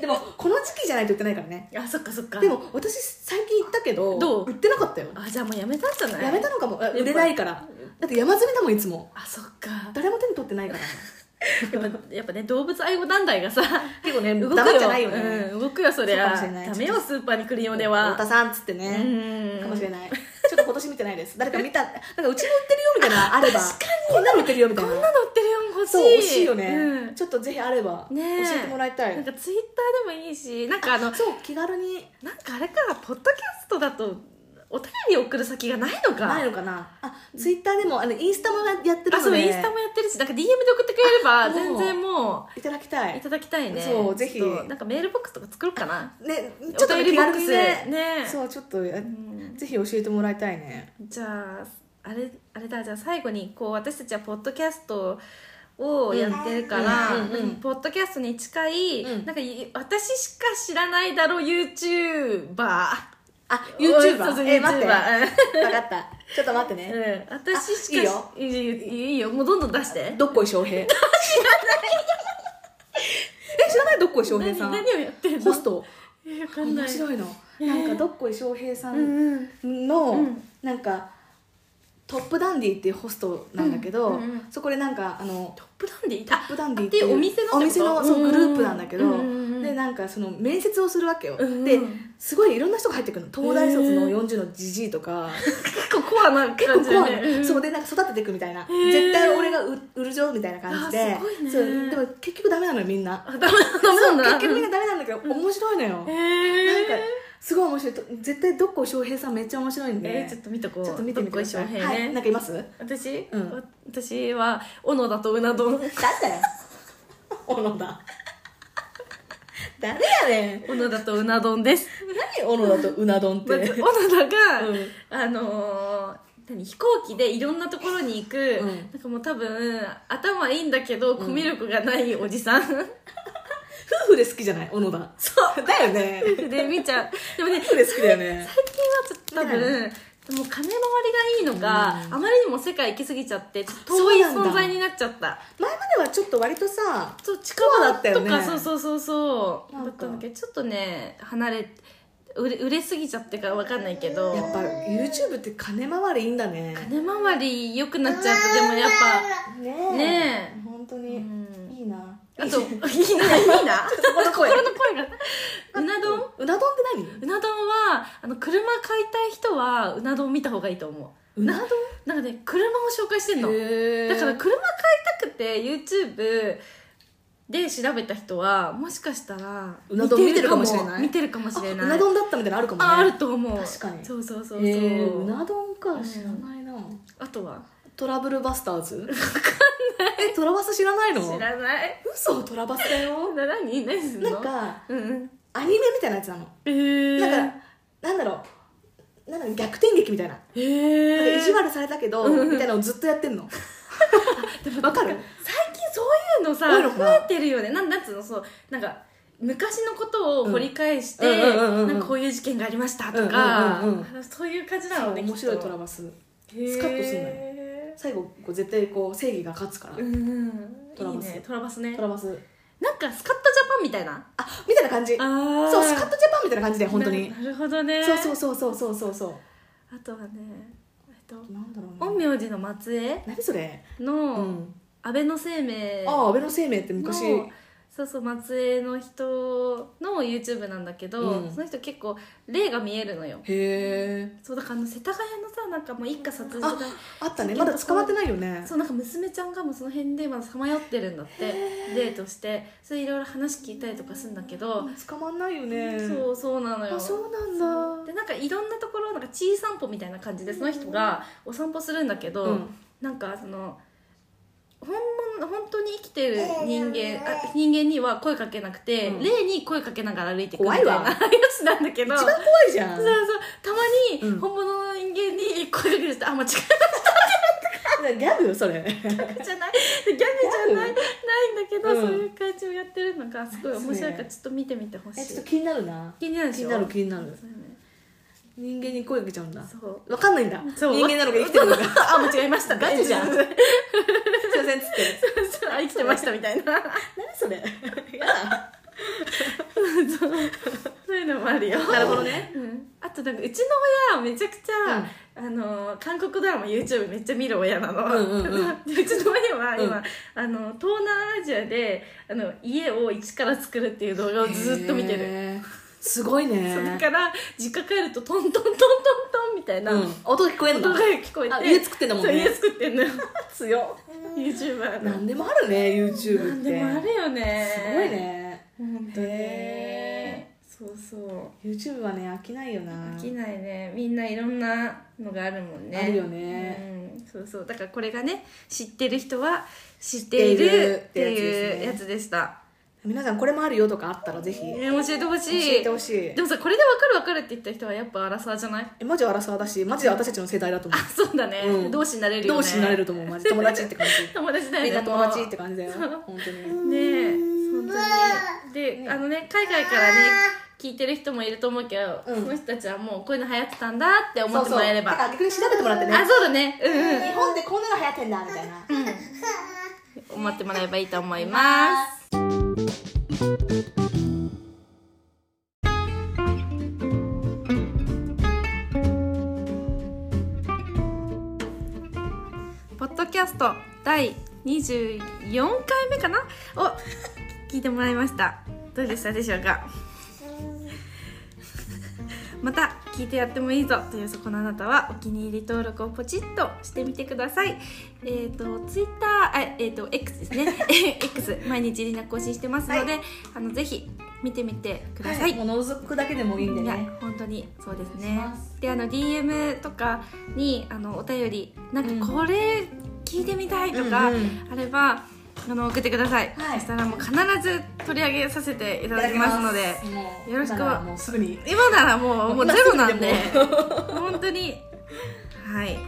[SPEAKER 2] でもこの時期じゃないと売ってないからね
[SPEAKER 1] あそっかそっか
[SPEAKER 2] でも私最近行ったけど
[SPEAKER 1] どう
[SPEAKER 2] 売ってなかったよ
[SPEAKER 1] あじゃあもうやめたんじゃない
[SPEAKER 2] やめたのかもあ売れないからだって山積みだもんいつも
[SPEAKER 1] あそっか
[SPEAKER 2] 誰も手に取ってな いから
[SPEAKER 1] やっぱやっぱね動物愛護団体がさ
[SPEAKER 2] 結構ね
[SPEAKER 1] 動く
[SPEAKER 2] 黙っ
[SPEAKER 1] よ
[SPEAKER 2] ちゃないよね
[SPEAKER 1] うん、動くよそり
[SPEAKER 2] そうか
[SPEAKER 1] ゃ
[SPEAKER 2] もしれない
[SPEAKER 1] ダメよスーパーに来るようで
[SPEAKER 2] 太
[SPEAKER 1] は
[SPEAKER 2] 田さんっつって
[SPEAKER 1] う
[SPEAKER 2] ね
[SPEAKER 1] ん
[SPEAKER 2] かもしれないちょっと今年見てな いです誰か見たなんかうちも売ってるよみたいなのあればこんなの売ってるよみたい
[SPEAKER 1] こん
[SPEAKER 2] な
[SPEAKER 1] なの売ってるよ欲しい
[SPEAKER 2] そう欲しいよ
[SPEAKER 1] う
[SPEAKER 2] ね
[SPEAKER 1] ん
[SPEAKER 2] ちょっとぜひあれば教
[SPEAKER 1] ねえ
[SPEAKER 2] えてもらいた
[SPEAKER 1] なん
[SPEAKER 2] い
[SPEAKER 1] かツイッターでもいいしなんかあの
[SPEAKER 2] そう気軽に
[SPEAKER 1] なんかあれかポッドキャストだとお便り送る先がないのか
[SPEAKER 2] ないのかなあツイッターでもあのインスタもやってるので
[SPEAKER 1] あそうインスタもやってるしなんか DM で送ってくれれば
[SPEAKER 2] あそう
[SPEAKER 1] 全然も
[SPEAKER 2] いただきた
[SPEAKER 1] うい
[SPEAKER 2] い
[SPEAKER 1] ただきたいね
[SPEAKER 2] そうぜひ
[SPEAKER 1] ちょっとなんかメールボックスとか作ろうかな
[SPEAKER 2] ねちょっと
[SPEAKER 1] お便
[SPEAKER 2] ね気
[SPEAKER 1] りボッ
[SPEAKER 2] 軽
[SPEAKER 1] ク
[SPEAKER 2] に
[SPEAKER 1] ス
[SPEAKER 2] ね
[SPEAKER 1] ね
[SPEAKER 2] そうちょっと
[SPEAKER 1] ん
[SPEAKER 2] ぜひ教えてもらいたいね
[SPEAKER 1] じゃああれあれだじゃあ最後にこう私たちはポッドキャストをやってるから、
[SPEAKER 2] うんうんうん
[SPEAKER 1] ポッドキャストに近い、
[SPEAKER 2] うん
[SPEAKER 1] なんかい私しか知らないだろう YouTuber
[SPEAKER 2] あ
[SPEAKER 1] そうそう
[SPEAKER 2] YouTuber え
[SPEAKER 1] YouTuber
[SPEAKER 2] 待って分かったちょっと待って
[SPEAKER 1] う
[SPEAKER 2] ね
[SPEAKER 1] ん、私しか
[SPEAKER 2] あ
[SPEAKER 1] いいよいいいいよもうどんどん出して
[SPEAKER 2] どっこい翔平知らないえ知らないどっこい翔平
[SPEAKER 1] 何
[SPEAKER 2] さん
[SPEAKER 1] 何をやってるの
[SPEAKER 2] ホスト
[SPEAKER 1] えわかんな
[SPEAKER 2] 面
[SPEAKER 1] い
[SPEAKER 2] 白いのなんかどっこい翔平さ
[SPEAKER 1] うんんうんう
[SPEAKER 2] の
[SPEAKER 1] ん
[SPEAKER 2] なんかトップダンディっていうホストなんだけど、
[SPEAKER 1] うんうんうん
[SPEAKER 2] そこでなんかあの
[SPEAKER 1] トップダンディトッ
[SPEAKER 2] トップダンディ
[SPEAKER 1] っていうお店のってこと
[SPEAKER 2] お店のそ
[SPEAKER 1] う
[SPEAKER 2] う
[SPEAKER 1] んうん
[SPEAKER 2] グループなんだけど、
[SPEAKER 1] うんうんうん
[SPEAKER 2] でなんかその面接をするわけよ、
[SPEAKER 1] うんうん
[SPEAKER 2] ですごいいろんな人が入ってくるの東大卒の40のじじいとか、
[SPEAKER 1] 結構コアな
[SPEAKER 2] 結
[SPEAKER 1] 感
[SPEAKER 2] 構
[SPEAKER 1] じだ
[SPEAKER 2] 怖い
[SPEAKER 1] ね
[SPEAKER 2] の、
[SPEAKER 1] うん
[SPEAKER 2] そうでなんか育てていくみたいな、
[SPEAKER 1] ー
[SPEAKER 2] 絶対俺が売売るぞみたいな感じで
[SPEAKER 1] あすごいね
[SPEAKER 2] そうでも結局ダメなのよみんな
[SPEAKER 1] あダメだダメだ
[SPEAKER 2] 結局みんなダメなんだけど、面白いのよ、
[SPEAKER 1] え
[SPEAKER 2] なんか
[SPEAKER 1] ー
[SPEAKER 2] すごい面白いと絶対どっこい翔平さんめっちゃ面白いんで、
[SPEAKER 1] えーちょっと見とこう
[SPEAKER 2] ちょっと見てみてください、
[SPEAKER 1] どっこい翔
[SPEAKER 2] は
[SPEAKER 1] 平ね
[SPEAKER 2] い、なんかいますなん
[SPEAKER 1] 私、
[SPEAKER 2] うん
[SPEAKER 1] わ私は小野田とうな 丼
[SPEAKER 2] だよ小野田誰やねん
[SPEAKER 1] 小野田とうな丼です
[SPEAKER 2] 何小野田とうな丼っ
[SPEAKER 1] まず小
[SPEAKER 2] て
[SPEAKER 1] 野田が、
[SPEAKER 2] うん
[SPEAKER 1] あのー何飛行機でいろんなところに行く、
[SPEAKER 2] うん
[SPEAKER 1] なんかもう多分頭いいんだけどコミュ力がないおじさん、
[SPEAKER 2] 夫婦で好きじゃない小野田そうだよね
[SPEAKER 1] で見ちゃうでもね
[SPEAKER 2] 夫婦で好きだよね
[SPEAKER 1] 最近はちょっと多分、もう金回りがいいのか、あまりにも世界行き過ぎちゃってちょっと遠い
[SPEAKER 2] そうなんだ
[SPEAKER 1] 存在になっちゃった
[SPEAKER 2] 前まではちょっと割とさ
[SPEAKER 1] そう近
[SPEAKER 2] 場
[SPEAKER 1] 場
[SPEAKER 2] だったよ
[SPEAKER 1] と
[SPEAKER 2] ね
[SPEAKER 1] かそうそうそうそう
[SPEAKER 2] なん
[SPEAKER 1] だ
[SPEAKER 2] か
[SPEAKER 1] ったんだけどちょっとね離れ売れ売れすぎちゃってからわかんないけど
[SPEAKER 2] やっぱ YouTube って金回りいいんだね
[SPEAKER 1] 金回り良くなっちゃうとでもやっ
[SPEAKER 2] ね
[SPEAKER 1] ぱね
[SPEAKER 2] 本当
[SPEAKER 1] え、う
[SPEAKER 2] に
[SPEAKER 1] ん、
[SPEAKER 2] いいな
[SPEAKER 1] あといいないいな
[SPEAKER 2] そこの声
[SPEAKER 1] 心の声がうな丼
[SPEAKER 2] うな丼って
[SPEAKER 1] うな丼はあの車買いたい人はうな丼見た方がいいと思う
[SPEAKER 2] 何うな丼
[SPEAKER 1] なんかね車を紹介してんの
[SPEAKER 2] へ
[SPEAKER 1] だから
[SPEAKER 2] か
[SPEAKER 1] 車買いたくて YouTube で調べた人はもしかしたら
[SPEAKER 2] うな丼見てるかもしれない
[SPEAKER 1] 見てるかもしれ
[SPEAKER 2] う
[SPEAKER 1] ない
[SPEAKER 2] な丼だったみたいなのあるかもね
[SPEAKER 1] ああると思う
[SPEAKER 2] 確かに
[SPEAKER 1] そうそうそうそう、
[SPEAKER 2] へーうな丼か知らないな
[SPEAKER 1] あとは
[SPEAKER 2] トラブルバスターズわかんないえトラバス知らないの
[SPEAKER 1] 知らない
[SPEAKER 2] 嘘トラバスだよ
[SPEAKER 1] な何何すんの
[SPEAKER 2] なんか
[SPEAKER 1] うんうん
[SPEAKER 2] アニメみたいなやつなの
[SPEAKER 1] えー、
[SPEAKER 2] だからなんだろうなんだろう逆転劇みたいな
[SPEAKER 1] え
[SPEAKER 2] なんか
[SPEAKER 1] ー、
[SPEAKER 2] 意地悪されたけど
[SPEAKER 1] うんうん
[SPEAKER 2] みたいなのをずっとやってんのわかる
[SPEAKER 1] 最近そういうのさ
[SPEAKER 2] 多いのか
[SPEAKER 1] 増
[SPEAKER 2] な
[SPEAKER 1] えてるよねなんなんつうのそうなんか昔のことを掘り返して、
[SPEAKER 2] うんうんうんうんうん
[SPEAKER 1] なんかこういう事件がありましたとか、
[SPEAKER 2] うんうんうん
[SPEAKER 1] そういう感じな
[SPEAKER 2] そ
[SPEAKER 1] の
[SPEAKER 2] う
[SPEAKER 1] ね
[SPEAKER 2] 面白いトラ
[SPEAKER 1] バ
[SPEAKER 2] バス
[SPEAKER 1] ス
[SPEAKER 2] スカッとすんのよ
[SPEAKER 1] よ
[SPEAKER 2] 最後こう絶対こう正義が勝つから
[SPEAKER 1] うん
[SPEAKER 2] トラ
[SPEAKER 1] うんいい
[SPEAKER 2] バス
[SPEAKER 1] ねトラバスね
[SPEAKER 2] トラバス
[SPEAKER 1] なんかスカットジャパンみたいな
[SPEAKER 2] あみたいな感じそ
[SPEAKER 1] あ
[SPEAKER 2] うスカットジャパンみたいな感じで本当に
[SPEAKER 1] ななるほどね
[SPEAKER 2] そうそうそうそうそうそうそ
[SPEAKER 1] あとはねえっと
[SPEAKER 2] うなんだろう
[SPEAKER 1] 陰
[SPEAKER 2] ね
[SPEAKER 1] 陽師の末裔
[SPEAKER 2] 何それう
[SPEAKER 1] の
[SPEAKER 2] ん
[SPEAKER 1] 安倍の生命
[SPEAKER 2] ああ安倍の生命って昔
[SPEAKER 1] のそうそう松江の人の YouTube なんだけど、
[SPEAKER 2] うん
[SPEAKER 1] その人結構霊が見えるのよ
[SPEAKER 2] へえ
[SPEAKER 1] そうだからあの世田谷のさなんかもう一家殺人が
[SPEAKER 2] あったねまだ捕まってないよね
[SPEAKER 1] そうなんか娘ちゃんがもうその辺でまださまよってるんだってデートしてそれいろいろ話聞いたりとかするんだけど、
[SPEAKER 2] 捕まんないよね
[SPEAKER 1] そうそうなのよ
[SPEAKER 2] あそうなんだ
[SPEAKER 1] でなんかいろんなところなんか地位散歩みたいな感じでその人がお散歩するんだけど、
[SPEAKER 2] うん
[SPEAKER 1] なんかその本物本当に生きてる人間あ人間には声かけなくて、
[SPEAKER 2] うん
[SPEAKER 1] 霊に声かけながら歩いてくみた
[SPEAKER 2] 怖
[SPEAKER 1] い
[SPEAKER 2] い
[SPEAKER 1] な
[SPEAKER 2] わ
[SPEAKER 1] やつなんだけど
[SPEAKER 2] 一番怖いじゃん
[SPEAKER 1] そうそうたま
[SPEAKER 2] う
[SPEAKER 1] に
[SPEAKER 2] ん
[SPEAKER 1] 本物の人間に声かけると、あ間違
[SPEAKER 2] ギャグそ れ
[SPEAKER 1] えたじゃない ギャグじゃないないんだけど、
[SPEAKER 2] うん
[SPEAKER 1] そういう感じをやってるのがすごい面白いから
[SPEAKER 2] ね
[SPEAKER 1] ちょっと見てみてほしい、
[SPEAKER 2] えちょっと気になるな
[SPEAKER 1] 気になるで
[SPEAKER 2] 気
[SPEAKER 1] し
[SPEAKER 2] に
[SPEAKER 1] ょ
[SPEAKER 2] なる気になる
[SPEAKER 1] そうよね
[SPEAKER 2] 人間に声かけちゃうんだ
[SPEAKER 1] そう
[SPEAKER 2] わかんないんだ人
[SPEAKER 1] そう
[SPEAKER 2] 間なのか生きてるのか
[SPEAKER 1] あ間違えました
[SPEAKER 2] ガチ じゃんすいませんっつって
[SPEAKER 1] あ生きてましたみたいな
[SPEAKER 2] 何それやだ
[SPEAKER 1] そういうのもあ るよ
[SPEAKER 2] なるほどね
[SPEAKER 1] うんあとなんかうちの親めちゃくちゃ、あの韓国ドラマ YouTube めっちゃ見る親なの、
[SPEAKER 2] うんうんうん
[SPEAKER 1] で うちの親は今、
[SPEAKER 2] うん
[SPEAKER 1] あの東南アジアであの家を一から作るっていう動画をずっと見てる
[SPEAKER 2] へーすごいね
[SPEAKER 1] それから実家帰るとトントントントントンみたいな、
[SPEAKER 2] うん音聞こえる
[SPEAKER 1] 音
[SPEAKER 2] の
[SPEAKER 1] が聞こえ
[SPEAKER 2] あ
[SPEAKER 1] て
[SPEAKER 2] 家作ってんだもん
[SPEAKER 1] そう家
[SPEAKER 2] ね
[SPEAKER 1] 作ってんのよ
[SPEAKER 2] 強
[SPEAKER 1] YouTuber の
[SPEAKER 2] 何でもあるね YouTube っ
[SPEAKER 1] なん
[SPEAKER 2] て
[SPEAKER 1] でもあるよね
[SPEAKER 2] すごいね
[SPEAKER 1] 本当ね
[SPEAKER 2] へ
[SPEAKER 1] そうそう
[SPEAKER 2] YouTube はね飽きないよな
[SPEAKER 1] 飽きないねみんないろんなのがあるもんね
[SPEAKER 2] あるよね
[SPEAKER 1] うん、そうそうだからこれがね知ってる人は知っているっ
[SPEAKER 2] ってて
[SPEAKER 1] い
[SPEAKER 2] いうう
[SPEAKER 1] や
[SPEAKER 2] や
[SPEAKER 1] つでした、
[SPEAKER 2] 皆さんこれもあるよとかあったらぜひ教
[SPEAKER 1] ね教えてほしい
[SPEAKER 2] えてほしい
[SPEAKER 1] でもさこれで分かる分かるって言った人はやっぱアラサーじゃない
[SPEAKER 2] えマジアラサーだしマジで私たちの世代だと思
[SPEAKER 1] あそうだね、
[SPEAKER 2] うん
[SPEAKER 1] 同志になれる
[SPEAKER 2] う
[SPEAKER 1] よね
[SPEAKER 2] 同志になれると思う マジ友達って感じ
[SPEAKER 1] 友達だよね
[SPEAKER 2] みんな友達って
[SPEAKER 1] も
[SPEAKER 2] 感じだよ
[SPEAKER 1] そう
[SPEAKER 2] 本当に
[SPEAKER 1] うねえ本当にであのね海外からね聞いてる人もいると思うけど、
[SPEAKER 2] うん
[SPEAKER 1] その人たちはもうこういうの流行ってたんだって思ってもらえれば
[SPEAKER 2] そうそうだから逆に調べてもらってね
[SPEAKER 1] あそうだねうんうん
[SPEAKER 2] 日本でこんなの流行ってんだみたいな
[SPEAKER 1] 思ってもらえばいいと思います。ポッドキャスト第24回目かなを聞いてもらいました。どうでしたでしょうか。また聞いてやってもいいぞというそこのあなたはお気に入り登録をポチッとしてみてくださいえっ、とツイッターあえっ、と X ですね X 毎日リナ更新してますので、あのぜひ見てみてください、
[SPEAKER 2] もう覗くだけでもいいんで
[SPEAKER 1] いや
[SPEAKER 2] ね
[SPEAKER 1] 本当にそうです
[SPEAKER 2] お願い
[SPEAKER 1] ね
[SPEAKER 2] します
[SPEAKER 1] であの DM とかにあのお便りなんかこれ聞いてみたいとかあ
[SPEAKER 2] うんうん
[SPEAKER 1] れば、あの送ってください、
[SPEAKER 2] はい
[SPEAKER 1] そしたらもう必ず取り上げさせていただきますので
[SPEAKER 2] もう
[SPEAKER 1] よろしく
[SPEAKER 2] だからもうすぐに
[SPEAKER 1] 今ならもうもうゼロなんで
[SPEAKER 2] 今
[SPEAKER 1] 本当にはい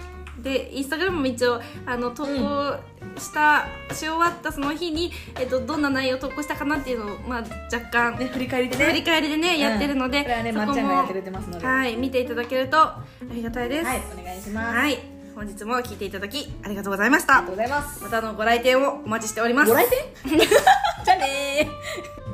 [SPEAKER 1] でインスタグラムも一応あの投稿した、し終わったその日に、えっと、どんな内容を投稿したかなっていうのを、まあ、若干、
[SPEAKER 2] ね振り返りで
[SPEAKER 1] 振り
[SPEAKER 2] ね
[SPEAKER 1] 返りでね、やってるので
[SPEAKER 2] これはね
[SPEAKER 1] そこ
[SPEAKER 2] ま
[SPEAKER 1] も
[SPEAKER 2] っちゃんがやってくれてますのではい
[SPEAKER 1] はい見ていただけるとありがたいですはい、
[SPEAKER 2] お願いしますあり
[SPEAKER 1] 本日も聞いていただきありがとうございました
[SPEAKER 2] がとうございます
[SPEAKER 1] またのご来店をお待ちしております
[SPEAKER 2] ご来店じゃあねー